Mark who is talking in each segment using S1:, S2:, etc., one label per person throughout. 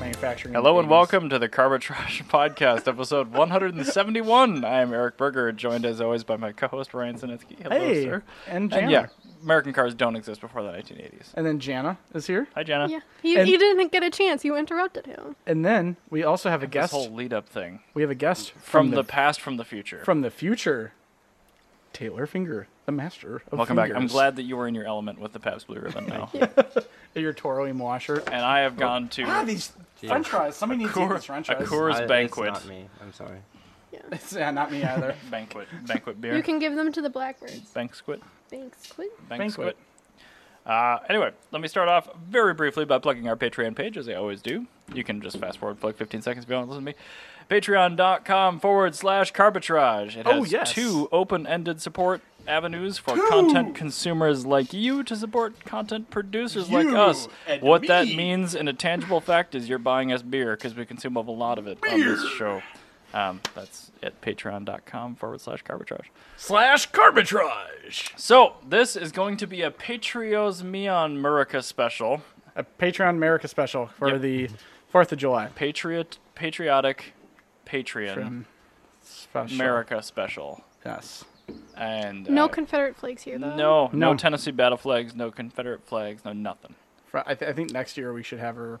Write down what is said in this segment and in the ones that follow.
S1: manufacturing.
S2: Hello and
S1: babies.
S2: welcome to the Carbotrash Podcast, episode 171. I am Eric Berger, joined as always by my co-host Ryan Sinitsky. Hello,
S1: Hey,
S2: sir.
S1: and Jana.
S2: And yeah, American cars don't exist before the 1980s.
S1: And then Jana is here.
S2: Hi, Jenna.
S3: Yeah, you,
S1: And-
S3: you didn't get a chance. You interrupted him.
S1: And then we also have a
S2: This
S1: guest.
S2: whole lead-up thing
S1: We have a guest from,
S2: from,
S1: the,
S2: the, past, from the future.
S1: from the future. Taylor Finger, the master of
S2: welcome back. I'm
S1: fingers.
S2: glad that you were in your element with the Pabst Blue Ribbon now.
S1: Your Toro y Moi shirt.
S2: And I have gone to
S1: Ah, these French fries. Somebody needs to eat this French
S2: a
S1: fries.
S2: Coors
S4: I-
S2: Banquet
S4: It's not me. I'm sorry.
S1: It's, yeah, not me either.
S2: banquet banquet beer.
S3: You can give them to the blackbirds.
S2: Banquet.
S3: Thanks. Quit.
S2: Banquet. Uh, anyway, let me start off very briefly by plugging our Patreon page, as I always do. You can just fast forward, plug 15 seconds if you want to listen to me. Patreon.com forward slash Carbitrage. It has
S1: Oh, yes.
S2: two open ended support avenues for content consumers like you to support content producers like
S1: You
S2: us.
S1: and
S2: What that
S1: me.
S2: means in a tangible fact is you're buying us beer because we consume a lot of it on this show. Um, that's at patreon.com forward slash Carbitrage.
S1: Slash Carbitrage.
S2: So, this is going to be a Patrios Meon Murica special.
S1: A Patreon America special for
S2: Yep.
S1: the 4th of July.
S2: Patriot, patriotic, Patreon,
S1: Patreon Special.
S2: America special,
S1: Yes.
S2: and uh,
S3: No Confederate flags here, though.
S2: no, no
S1: No.
S2: Tennessee battle flags, no Confederate flags, no nothing.
S1: Fr- I, th- I think next year we should have our,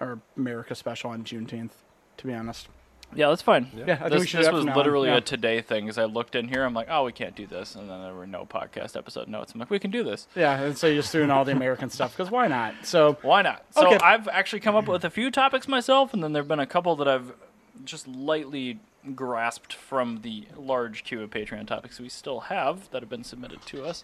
S1: our America special on Juneteenth, to be honest.
S2: Yeah, that's fine.
S1: Yeah, I think
S2: this
S1: we should
S2: this
S1: do that
S2: was
S1: from now on,
S2: literally
S1: yeah.
S2: a today thing. As I looked in here, I'm like, oh, we can't do this, and then there were no podcast episode notes. I'm like, we can do this.
S1: Yeah, and so you just threw in all the American stuff because why not? So
S2: Why not? So
S1: Okay.
S2: I've actually come up with a few topics myself, and then there have been a couple that I've just lightly grasped from the large queue of Patreon topics we still have that have been submitted to us.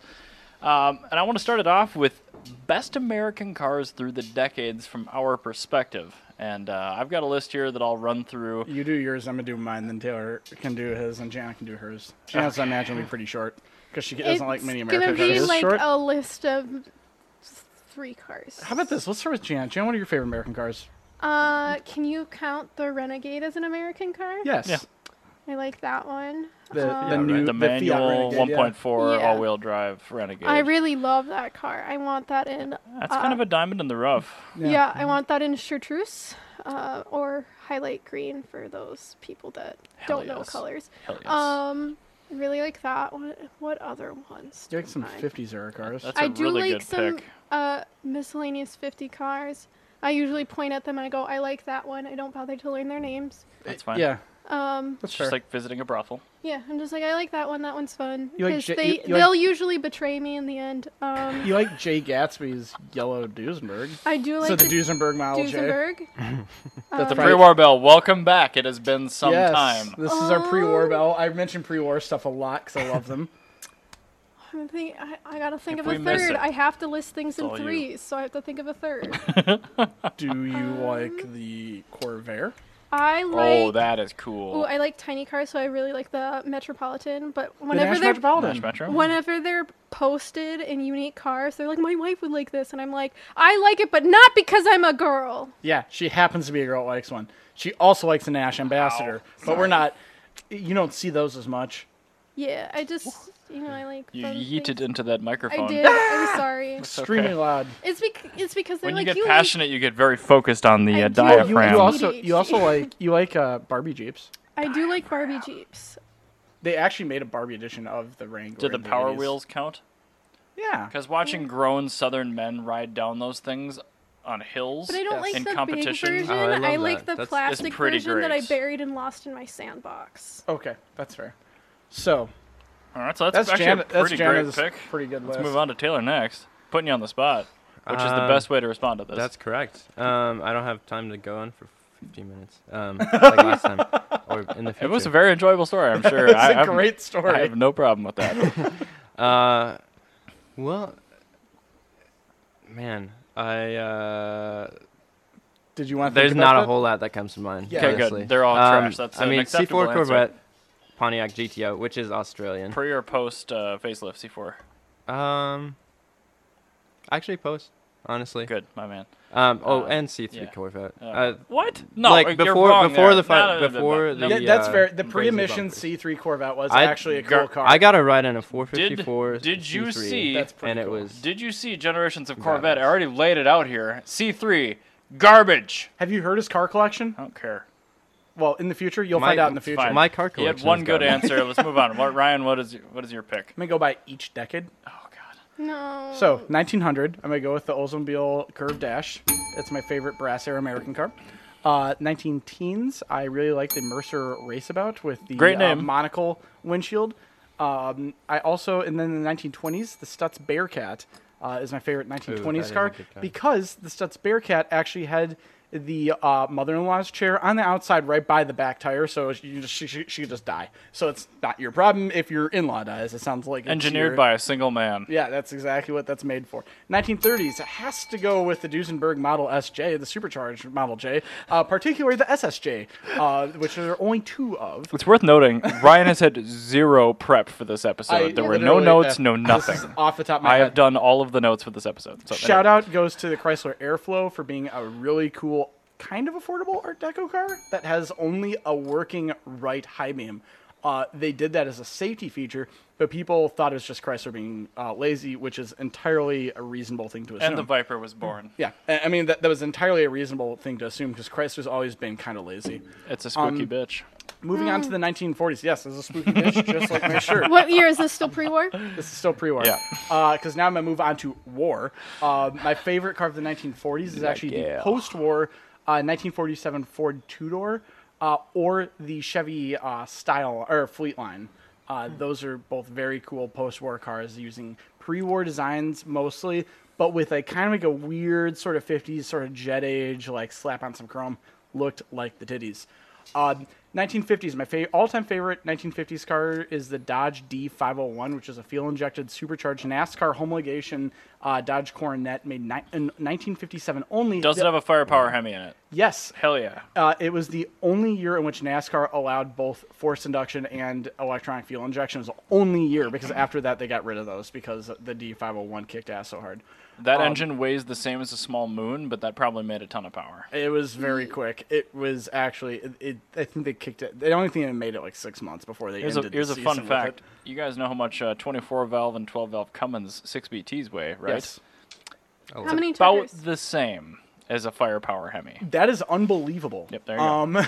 S2: Um, and I want to start it off with best American cars through the decades from our perspective. And uh, I've got a list here that I'll run through.
S1: you do yours, I'm gonna do mine. Then Taylor can do his, and Janet can do hers. Janet's I imagine will be pretty short because she doesn't like many
S3: It's
S1: American
S3: gonna be
S1: cars.
S3: like
S1: Short.
S3: a list of three cars.
S1: How about this? Let's start with Janet. Janet, what are your favorite American cars?
S3: Uh, can you count the Renegade as an American car?
S1: Yes.
S2: Yeah.
S3: I like that one.
S1: The,
S3: Um,
S1: the new
S2: The,
S1: the Fiat
S2: manual
S1: Renegade,
S2: 1.4
S3: Yeah.
S2: all-wheel drive Renegade.
S3: I really love that car. I want that in.
S2: That's kind
S3: uh,
S2: of a diamond in the rough.
S1: Yeah.
S3: Yeah, I want that in chartreuse uh, or highlight green for those people that
S2: Hell
S3: don't know
S2: yes.
S3: colors.
S2: Hell yes.
S3: Um, I really like that. What, what other ones?
S1: You
S3: do
S1: like some
S3: I like?
S1: 50s era cars.
S2: That's
S3: I
S2: a
S3: do
S2: really
S3: like
S2: good
S3: some
S2: pick.
S3: uh, miscellaneous 50 cars. I usually point at them and I go, I like that one. I don't bother to learn their names.
S2: That's fine.
S1: Yeah,
S3: Um,
S1: that's
S2: It's
S1: fair.
S2: just like visiting a brothel.
S3: yeah, I'm just like, I like that one. That one's fun.
S1: You like
S3: Because
S1: J-
S3: they,
S1: you- you like-
S3: they'll usually betray me in the end. Um,
S1: you like Jay Gatsby's yellow Duesenberg.
S3: I do like
S1: so the
S3: the
S1: Duesenberg oh. Model J.
S3: Duesenberg.
S1: That's
S2: The
S3: Um,
S1: Right.
S2: pre-war bell. Welcome back. It has been some
S1: yes,
S2: time.
S1: this is our pre-war
S3: Um,
S1: bell. I mentioned pre-war stuff a lot because I love them.
S3: I'm think, I, I gotta think
S2: If
S3: of
S2: we
S3: a
S2: miss
S3: third.
S2: it,
S3: I have to list things in
S2: all you.
S3: threes, so I have to think of a third.
S1: Do you like the Corvair?
S3: I
S2: Oh,
S3: like.
S2: that is cool.
S3: ooh, I like tiny cars, so I really like the Metropolitan. But
S1: The
S3: whenever
S1: Nash
S3: they're
S1: Metropolitan.
S2: Nash Metro.
S3: whenever they're posted in unique cars, they're like, my wife would like this, and I'm like, I like it, but not because I'm a girl.
S1: Yeah, she happens to be a girl that likes one. She also likes the Nash Ambassador, but we're not. You don't see those as much.
S3: Yeah, I just, you know, I like.
S2: you
S3: fun
S2: yeeted
S3: things.
S2: into that microphone.
S3: I did. I'm sorry.
S1: Extremely
S2: okay.
S1: loud.
S3: It's bec- it's because they're
S2: When
S3: like
S2: you get
S3: you
S2: passionate, you get very focused on the
S3: I
S2: uh,
S3: do- Well,
S1: Oh, You, you
S2: diaphragm.
S1: also you
S3: ADHD.
S1: also like you like uh, Barbie Jeeps.
S3: Like, I do like Barbie Jeeps.
S1: They actually made a Barbie edition of the Wrangler.
S2: Did the
S1: in
S2: power
S1: 80s.
S2: wheels count?
S1: Yeah.
S2: Because watching grown Southern men ride down those things on hills
S3: But I don't
S1: Yes.
S3: like
S2: in
S3: the big
S2: competition, uh,
S3: version.
S4: Oh, I love
S3: I, like
S4: that.
S3: the
S4: That's- it's
S3: plastic
S2: pretty
S3: version that I
S2: great.
S3: buried and lost in my sandbox.
S1: Okay, that's fair. So
S2: all right, so
S1: that's
S2: that's, actually
S1: Jan-
S2: a
S1: that's
S2: pretty
S1: Janet's
S2: great pick.
S1: pretty good list. Uh,
S2: Let's move on to Taylor next. Putting you on the spot, which is the
S4: Um,
S2: best way to respond to this.
S4: That's correct. Um, I don't have time to go on for 15 minutes, um, like last time, or in the future.
S2: it was a very enjoyable story, I'm sure. I,
S1: It's a
S2: I'm-
S1: great story.
S2: I have no problem with that.
S4: Uh, well, man, I uh,
S1: Did you want? To
S4: there's
S1: think about
S4: not a
S1: that?
S4: whole lot that comes to mind.
S1: Yeah.
S2: Okay, good.
S4: honestly.
S2: They're all
S4: Um,
S2: trash. That's
S4: I
S2: an
S4: mean,
S2: acceptable
S4: C4
S2: answer.
S4: Corvette, Pontiac GTO, which is Australian.
S2: Pre or post uh, facelift C4?
S4: Um, actually, post honestly.
S2: Good, my man.
S4: Um, oh,
S2: Uh,
S4: and C3
S2: yeah.
S4: Corvette.
S2: Uh,
S4: Uh,
S2: what? No,
S4: like,
S2: you're
S4: before-
S2: wrong
S4: before
S2: there.
S4: the fi-
S2: No, no, no, no,
S4: before
S2: no,
S4: the-
S2: no.
S1: Yeah, that's
S4: uh,
S1: fair. The
S4: crazy
S1: pre-emission
S4: bumpers.
S1: C3 Corvette was
S4: I-
S1: actually a
S2: Gar-
S1: cool car.
S4: I got a ride in a 454.
S2: Did- did you
S4: C3,
S2: see-
S1: That's pretty
S4: And it
S1: cool.
S4: was
S2: Did you see Generations of Corvette? I
S4: Badass.
S2: already laid it out here. C3 Garbage.
S1: Have you heard his car collection?
S2: I don't care.
S1: Well, in the future, you'll
S4: My-
S1: find out in the
S4: it's
S1: future.
S2: fine.
S1: Let
S4: My car
S2: You
S4: collection.
S2: had
S4: is
S2: one good
S4: garbage.
S2: answer. Let's move on. What, Ryan, what is your, what is your pick?
S1: me go by each decade.
S2: Oh God.
S3: No.
S1: So 1900, I'm gonna go with the Oldsmobile Curved Dash. That's my favorite brass air American car. Uh, 19 teens, I really like the Mercer Raceabout with the
S2: Great
S1: Uh,
S2: name.
S1: monocle windshield. Um, I also, and then in the 1920s, the Stutz Bearcat uh, is my favorite
S4: Ooh, that
S1: 1920s
S4: is a
S1: car
S4: good car.
S1: because the Stutz Bearcat actually had the uh, mother-in-law's chair on the outside, right by the back tire, so she just she, she, she could just die. So it's not your problem if your in-law dies. It sounds like it's
S2: Engineered
S1: your-
S2: by a single man.
S1: yeah, that's exactly what that's made for. 1930s it has to go with the Duesenberg Model SJ, the supercharged Model J, uh, particularly the SSJ, uh, which there are only two of.
S2: It's worth noting Ryan has had zero prep for this episode.
S1: I
S2: there were no
S1: literally-
S2: notes,
S1: uh,
S2: no nothing.
S1: This is off the top of my
S2: I
S1: head.
S2: have done all of the notes for this episode. So
S1: Shout out goes to the Chrysler Airflow for being a really cool, kind of affordable Art Deco car that has only a working right high beam. Uh, they did that as a safety feature, but people thought it was just Chrysler being uh, lazy, which is entirely a reasonable thing to assume.
S2: And the Viper was born.
S1: Yeah, I I mean that, that was entirely a reasonable thing to assume because Chrysler's always been kind of lazy.
S2: It's a
S1: Um,
S2: spooky bitch.
S1: Moving on to the 1940s, yes, this is a spooky bitch, just like my shirt.
S3: What year is this? Still pre-war?
S1: This is still pre-war.
S2: Yeah.
S1: Because now I'm gonna move on to war. Uh, my favorite car of the 1940s is actually
S2: yeah.
S1: the post-war uh, 1947 Ford two-door uh, or the Chevy uh, style or fleet line. Uh, those are both very cool post-war cars using pre-war designs mostly, but with a kind of like a weird sort of 50s sort of jet age, like slap on some chrome, looked like the titties. Uh, 1950s. My fav- all-time favorite 1950s car is the Dodge D501, which is a fuel-injected, supercharged NASCAR homologation uh, Dodge Coronet made ni- in 1957 only.
S2: Does it
S1: Th-
S2: have a firepower Hemi in it?
S1: yes,
S2: Hell yeah.
S1: uh, it was the only year in which NASCAR allowed both forced induction and electronic fuel injection. It was the only year because
S2: Mm-hmm.
S1: after that they got rid of those because the D501 kicked ass so hard.
S2: That
S1: Um,
S2: engine weighs the same as a small moon, but that probably made a ton of power.
S1: It was very
S2: Mm.
S1: quick. It was actually, it, it, I think they kicked it. The only thing that made it like six months before they
S2: Here's a,
S1: ended. the
S2: here's a
S1: season
S2: fun
S1: with it.
S2: fact. You guys know how much uh, 24 valve and 12 valve Cummins 6BTs weigh, right?
S1: Yes.
S3: How many
S2: About
S3: tuggers?
S2: the same as a firepower Hemi.
S1: That is unbelievable.
S2: Yep, there you go.
S1: um,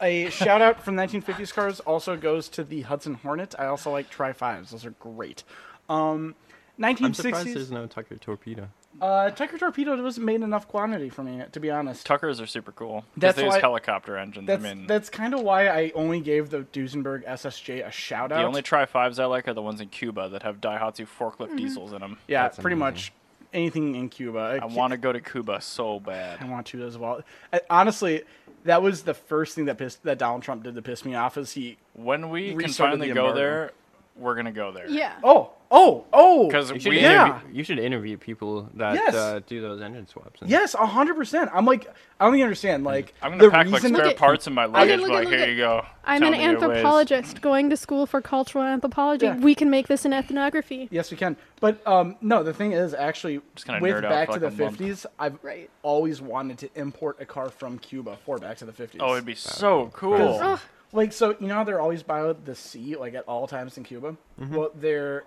S1: a shout out from 1950s cars also goes to the Hudson Hornet. I also like Tri Fives; those are great. Um,
S4: I'm surprised
S1: 1960s.
S4: there's no Tucker torpedo.
S1: uh, Tucker Torpedo wasn't made enough quantity for me, to be honest.
S2: Tuckers are super cool. 'cause
S1: That's
S2: they use
S1: why-
S2: helicopter engines.
S1: That's
S2: I mean,
S1: that's kind of why I only gave the Duesenberg SSJ a shout out.
S2: the only Tri Fives I like are the ones in Cuba that have Daihatsu forklift
S3: Mm-hmm.
S2: diesels in them.
S1: yeah,
S4: That's
S1: pretty
S4: amazing.
S1: much anything in Cuba.
S2: I want to go to Cuba so bad.
S1: I want to as well. I, honestly, that was the first thing that pissed that Donald Trump did to piss me off. Is he?
S2: When we can
S1: Restarted
S2: finally
S1: the
S2: go
S1: embargo.
S2: there, we're gonna go there.
S3: Yeah.
S1: Oh, oh, oh!
S2: Because
S4: You should,
S2: we
S1: Yeah.
S4: interview, you should interview people that
S1: Yes.
S4: uh, do those engine swaps. and-
S1: Yes, hundred percent. I'm like, I don't even understand. Like,
S2: I'm gonna
S1: the
S2: pack like
S1: reason
S2: spare
S3: Look at-
S2: parts in my luggage.
S3: look
S2: But
S3: at-
S2: like,
S3: look
S2: here
S3: at-
S2: you go.
S3: I'm
S2: Tell
S3: an
S2: me your ways."
S3: anthropologist going to school for cultural anthropology.
S1: Yeah.
S3: We can make this an ethnography.
S1: Yes, we can. But um, no, the thing is actually
S2: Just kinda
S1: with
S2: nerd out
S1: Back
S2: for
S1: to
S2: like
S1: the
S2: a month.
S1: '50s, I've
S3: Right.
S1: always wanted to import a car from Cuba for Back to the '50s.
S2: Oh, it'd be so
S1: Because,
S2: cool.
S3: Ugh.
S1: like so, you know how they're always by the sea, like at all times in Cuba. Well, their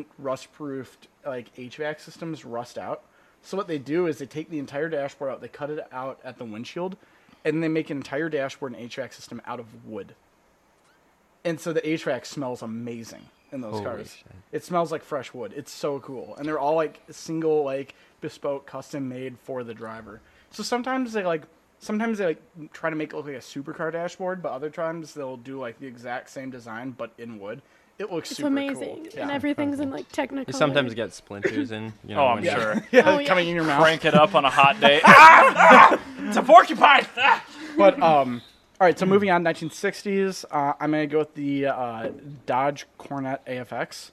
S1: non-rust-proofed like HVAC systems rust out. So what they do is they take the entire dashboard out, they cut it out at the windshield, and they make an entire dashboard and HVAC system out of wood. And so the HVAC smells amazing in those
S4: Holy
S1: cars.
S4: shit.
S1: It smells like fresh wood. It's so cool. And they're all like single, like bespoke, custom made for the driver. So sometimes they like, sometimes they like try to make it look like a supercar dashboard, but other times they'll do like the exact same design but in wood. It looks
S3: It's
S1: super
S3: amazing.
S1: cool.
S3: And
S1: Yeah.
S3: everything's in like technical.
S4: You sometimes get splinters in. You know,
S2: Oh, I'm
S4: when-
S2: sure.
S1: yeah,
S3: Oh, yeah.
S1: coming in your mouth.
S2: Crank it up on a hot day. Ah! it's a porcupine. Ah!
S1: But um, all right. So moving on, 1960s. Uh, I'm gonna go with the uh, Dodge Coronet AFX,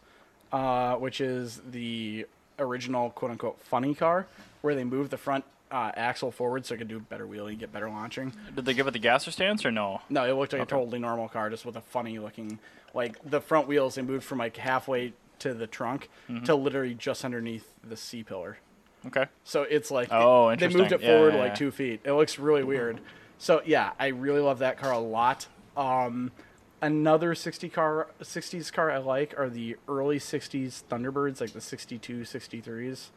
S1: uh, which is the original quote unquote funny car, where they moved the front uh, axle forward so it could do better wheelie, get better launching.
S2: Did they give it the gasser stance or no?
S1: No, it looked like a totally normal car, just with a funny looking like the front wheels. They moved from like halfway to the trunk to literally just underneath the C pillar.
S2: Okay.
S1: So it's like
S2: Oh,
S1: they moved it
S2: interesting. Yeah,
S1: forward
S2: yeah,
S1: like
S2: yeah. Mm-hmm.
S1: two feet. It looks really weird. So yeah, I really love that car a lot. Um, another 60 car, 60s car I like are the early 60s Thunderbirds, like the 62, 63s,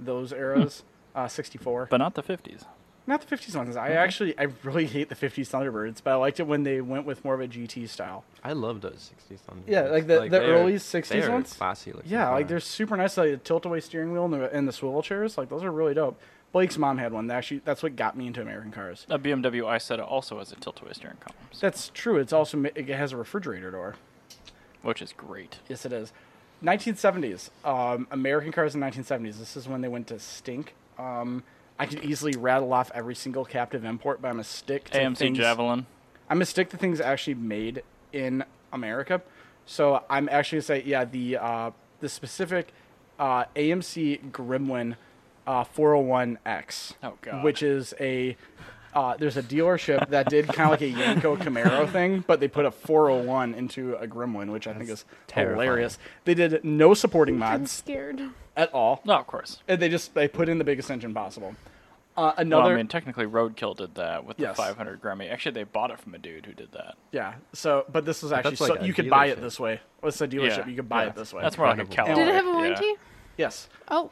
S1: those eras. uh, 64.
S2: Hmm. but not the 50s.
S1: Not the 50s ones. I actually, I really hate the 50s Thunderbirds, but I liked it when they went with more of a GT style.
S4: I love those 60s Thunderbirds.
S1: Yeah, like the- the
S4: they are-
S1: early 60s
S4: they are
S1: ones?
S4: Classy looking.
S1: Yeah, like
S4: cars.
S1: they're super nice. Like the tilt-away steering wheel and the, and the swivel chairs, like those are really dope. Blake's mom had one. That actually, that's what got me into American cars.
S2: A BMW i set also has a tilt-away steering column, so-
S1: That's true. It's also ma- it has a refrigerator door.
S2: which is great.
S1: Yes, it is. 1970s. Um, American cars in 1970s. This is when they went to stink. Um, I could easily rattle off every single captive import, but I'm a stick. To
S2: AMC
S1: things-
S2: Javelin.
S1: I'm gonna stick to things actually made in America. So I'm actually gonna say, yeah, the uh, the specific uh, AMC Grimwin uh, 401X,
S2: Oh, God.
S1: which is a uh, there's a dealership that did kind of like a Yanko Camaro thing, but they put a 401 into a Grimwin, which I think is
S4: terrifying.
S1: hilarious. They did no supporting
S3: I'm
S1: mods
S3: scared.
S1: at all,
S2: No, of course.
S1: and they just they put in the biggest engine possible. Uh,
S2: Well,
S1: another
S2: I mean, technically, Roadkill did that with
S1: Yes.
S2: the 500 Grammy. Actually, they bought it from a dude who did that.
S1: Yeah. So, but this was actually
S4: that's like
S1: so
S4: a
S1: you could buy it
S4: dealership.
S1: this way. What's a dealership? You could buy
S2: yeah.
S1: it this way.
S2: That's more like a
S4: Incredible.
S2: Cadillac.
S3: Did it have a
S2: Yeah.
S3: warranty?
S1: yes.
S3: Oh,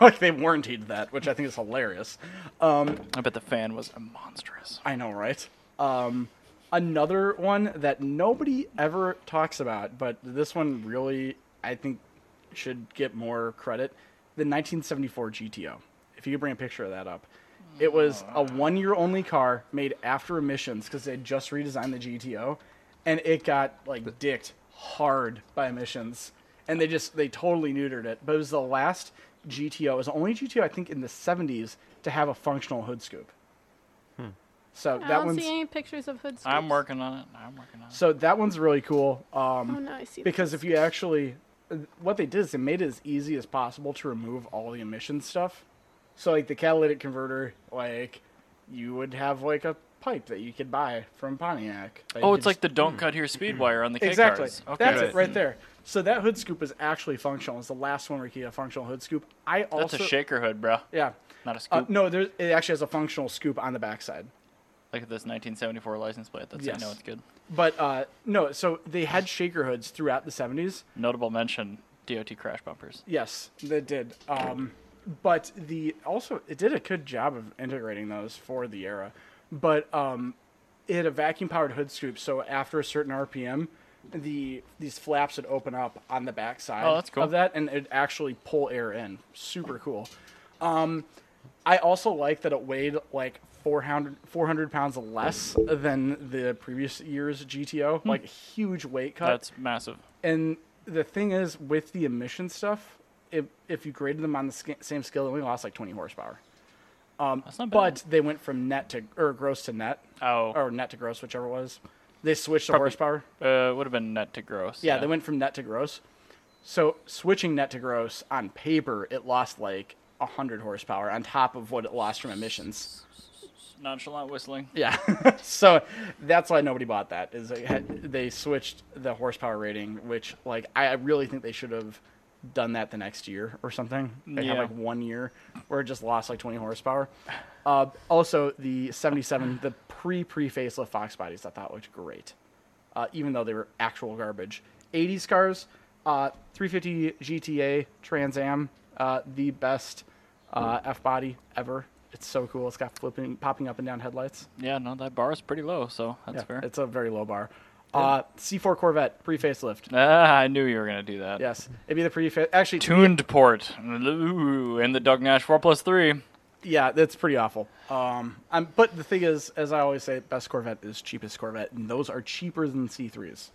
S1: like they warrantied that, which I think is hilarious. Um,
S2: I bet the fan was monstrous.
S1: I know, right? Um, another one that nobody ever talks about, but this one really I think should get more credit. The 1974 GTO. If you could bring a picture of that up. It was a one year only car made after emissions because they had just redesigned the GTO and it got like dicked hard by emissions. And they just they totally neutered it. But it was the last GTO, it was the only GTO I think in the seventies to have a functional hood scoop. So
S3: I
S1: that
S3: don't
S1: one's
S3: see any pictures of hood
S2: I'm
S3: scoops.
S2: working on it. I'm working on it.
S1: so that one's really cool. Um,
S3: Oh, no, I see.
S1: because if you actually, what they did is they made it as easy as possible to remove all the emission stuff. So like the catalytic converter, like you would have like a pipe that you could buy from Pontiac. that you
S2: Oh,
S1: could
S2: it's like
S1: just-
S2: the don't cut here speed wire on the K
S1: exactly
S2: cars. Okay.
S1: that's it
S4: Right.
S1: right there. So that hood scoop is actually functional. It's the last one where you get a functional hood scoop. I
S2: That's
S1: also
S2: a shaker hood, bro.
S1: yeah.
S2: Not a scoop.
S1: Uh, no, there, it actually has a functional scoop on the backside.
S2: Look at this 1974 license plate. That's
S1: Yes.
S2: I know it's good.
S1: But uh, no, so they had shaker hoods throughout the 70s.
S2: Notable mention: DOT crash bumpers.
S1: Yes, they did. Um, but the also it did a good job of integrating those for the era. But um, it had a vacuum powered hood scoop, so after a certain RPM, the these flaps would open up on the backside
S2: Oh, that's cool.
S1: of that, and it'd actually pull air in. Super cool. Um, I also like that it weighed like 400, 400 pounds less than the previous year's GTO. Like huge weight cut.
S2: Hmm. That's massive.
S1: And the thing is, with the emission stuff, if if you graded them on the sca- same scale, they only lost like 20 horsepower.
S2: That's not bad.
S1: Um, But they went from net to or gross to net
S2: oh,
S1: or net to gross, whichever it was. They switched the
S2: Probably-
S1: horsepower.
S2: uh, would have been net to gross.
S1: Yeah, they went from net to gross. So switching net to gross on paper, it lost like 100 horsepower on top of what it lost from emissions.
S2: nonchalant whistling.
S1: Yeah. so that's why nobody bought that is they, had, they switched the horsepower rating, which like I I really think they should have done that the next year or something. They had
S2: Yeah.
S1: like one year where it just lost like 20 horsepower. Uh, also, the 77, the pre pre facelift Fox bodies, I thought looked great, uh, even though they were actual garbage. 80s cars, uh, 350 GTA Trans Am, uh, the best uh, F body ever. It's so cool. It's got flipping, popping up and down headlights.
S2: Yeah, no, that bar is pretty low, so that's
S1: Yeah,
S2: fair.
S1: It's a very low bar. Uh, C4 Corvette pre facelift.
S2: Ah, I knew you were gonna do that.
S1: Yes, it'd be the pre actually.
S2: Tuned port. Ooh, and the Doug Nash four plus three.
S1: Yeah, that's pretty awful. Um, I'm, but the thing is, as I always say, best Corvette is cheapest Corvette, and those are cheaper than C3s.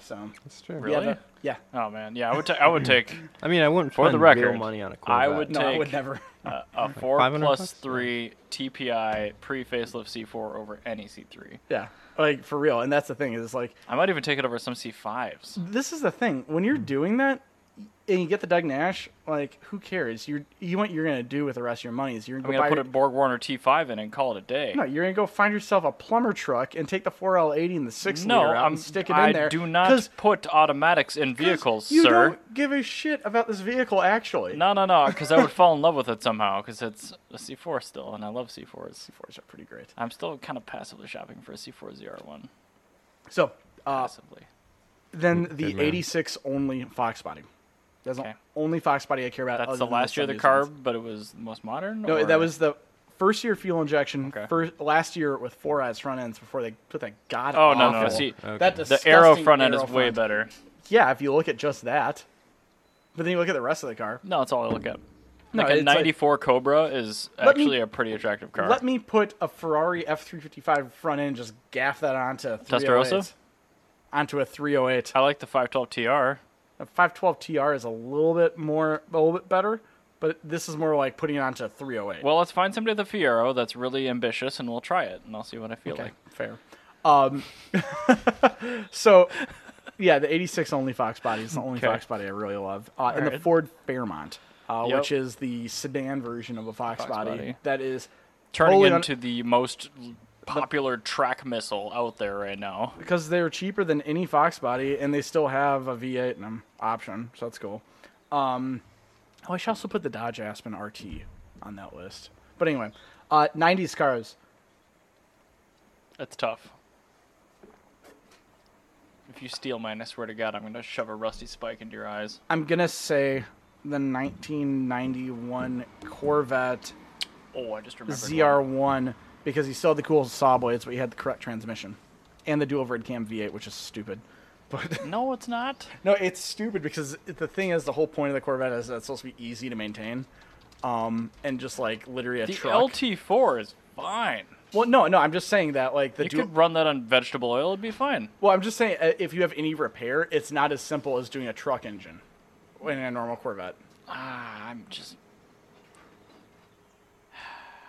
S1: So
S4: That's true.
S1: yeah,
S2: Really?
S1: the- yeah.
S2: Oh man, yeah, I would. ta- I would take
S4: I mean, I wouldn't
S2: For
S4: for
S2: the
S4: the
S2: record,
S4: real money on a
S2: I
S4: Corvette.
S2: would-
S1: No, I
S2: Take-
S1: would never.
S2: a, a four
S4: 500
S2: plus
S4: bucks?
S2: three TPI pre facelift C four over any C three.
S1: Yeah, like for real. And that's the thing is like
S2: I might even take it over some C fives.
S1: this is the thing when you're doing that and you get the Doug Nash, like who cares? You're you what you're gonna do with the rest of your money is you're
S2: I'm
S1: gonna, go buy
S2: gonna put
S1: your-
S2: a Borg Warner T five in and call it a day.
S1: No, you're gonna go find yourself a plumber truck and take the 4L80 and the six
S2: No,
S1: liter out
S2: I'm
S1: and stick it
S2: I
S1: in there.
S2: do not
S1: 'cause-
S2: put automatics in
S1: 'cause
S2: vehicles,
S1: you
S2: sir.
S1: don't give a shit about this vehicle actually.
S2: No, no, no, because I would fall in love with it somehow. Because it's a C four still, and I love C fours.
S1: C4s are pretty great.
S2: I'm still kind of passively shopping for a C four zero one.
S1: So uh,
S2: Passively.
S1: then the
S4: man.
S1: 86 only Fox body. That's the
S2: Okay.
S1: only Fox body I care about.
S2: That's
S1: uh, other
S2: the
S1: than
S2: last year of the
S1: 70s
S2: carb,
S1: ones.
S2: but it was the most modern.
S1: No,
S2: or-
S1: that was the first year fuel injection.
S2: Okay.
S1: First last year with four eyes front ends before they put that god.
S2: Oh, no, no,
S1: awful-
S2: see,
S4: Okay.
S1: that
S2: the arrow
S1: disgusting
S2: front end
S1: arrow
S2: is way
S1: front.
S2: better.
S1: Yeah, if you look at just that, but then you look at the rest of the car.
S2: No, that's all I look at.
S1: No,
S2: Like
S1: it's
S2: a
S1: like-
S2: '94 Cobra is
S1: Let me-
S2: actually a pretty attractive car.
S1: Let me put a Ferrari F355 front end, and just gaff that onto a
S2: Testarossa?
S1: 308. onto a 308.
S2: I like the 512 TR.
S1: A 512 TR is a little bit more, a little bit better, but this is more like putting it onto a 308.
S2: Well, let's find somebody with a Fiero that's really ambitious, and we'll try it, and I'll see what I feel
S1: okay,
S2: like.
S1: fair. Um, so, yeah, the 86 only Fox body is the only
S2: Okay.
S1: Fox body I really love, uh, and the
S2: right.
S1: Ford Fairmont, uh,
S2: Yep.
S1: which is the sedan version of a Fox,
S2: Fox
S1: body,
S2: body.
S1: that is
S2: Turning
S1: Totally un-
S2: into the most popular track missile out there right now.
S1: because they're cheaper than any Fox body, and they still have a V8 in 'em option, so that's cool. Um, oh, I should also put the Dodge Aspen RT on that list. But anyway, uh, 90s cars.
S2: That's tough. If you steal mine, I swear to God, I'm going to shove a rusty spike into your eyes.
S1: I'm gonna say the 1991 Corvette
S2: Oh, I just remembered. one.
S1: ZR1 because he still had the cool saw blades, but he had the correct transmission and the dual red cam V8, which is stupid. But
S2: No, it's not.
S1: No, it's stupid because it- the thing is, the whole point of the Corvette is that it's supposed to be easy to maintain, um, and just like literally a
S2: The
S1: truck.
S2: LT4 is fine.
S1: well, no, no, I'm just saying that like the
S2: You
S1: dual.
S2: could run that on vegetable oil, it'd be fine.
S1: Well, I'm just saying uh, if you have any repair, it's not as simple as doing a truck engine in a normal Corvette.
S2: Ah, I'm just.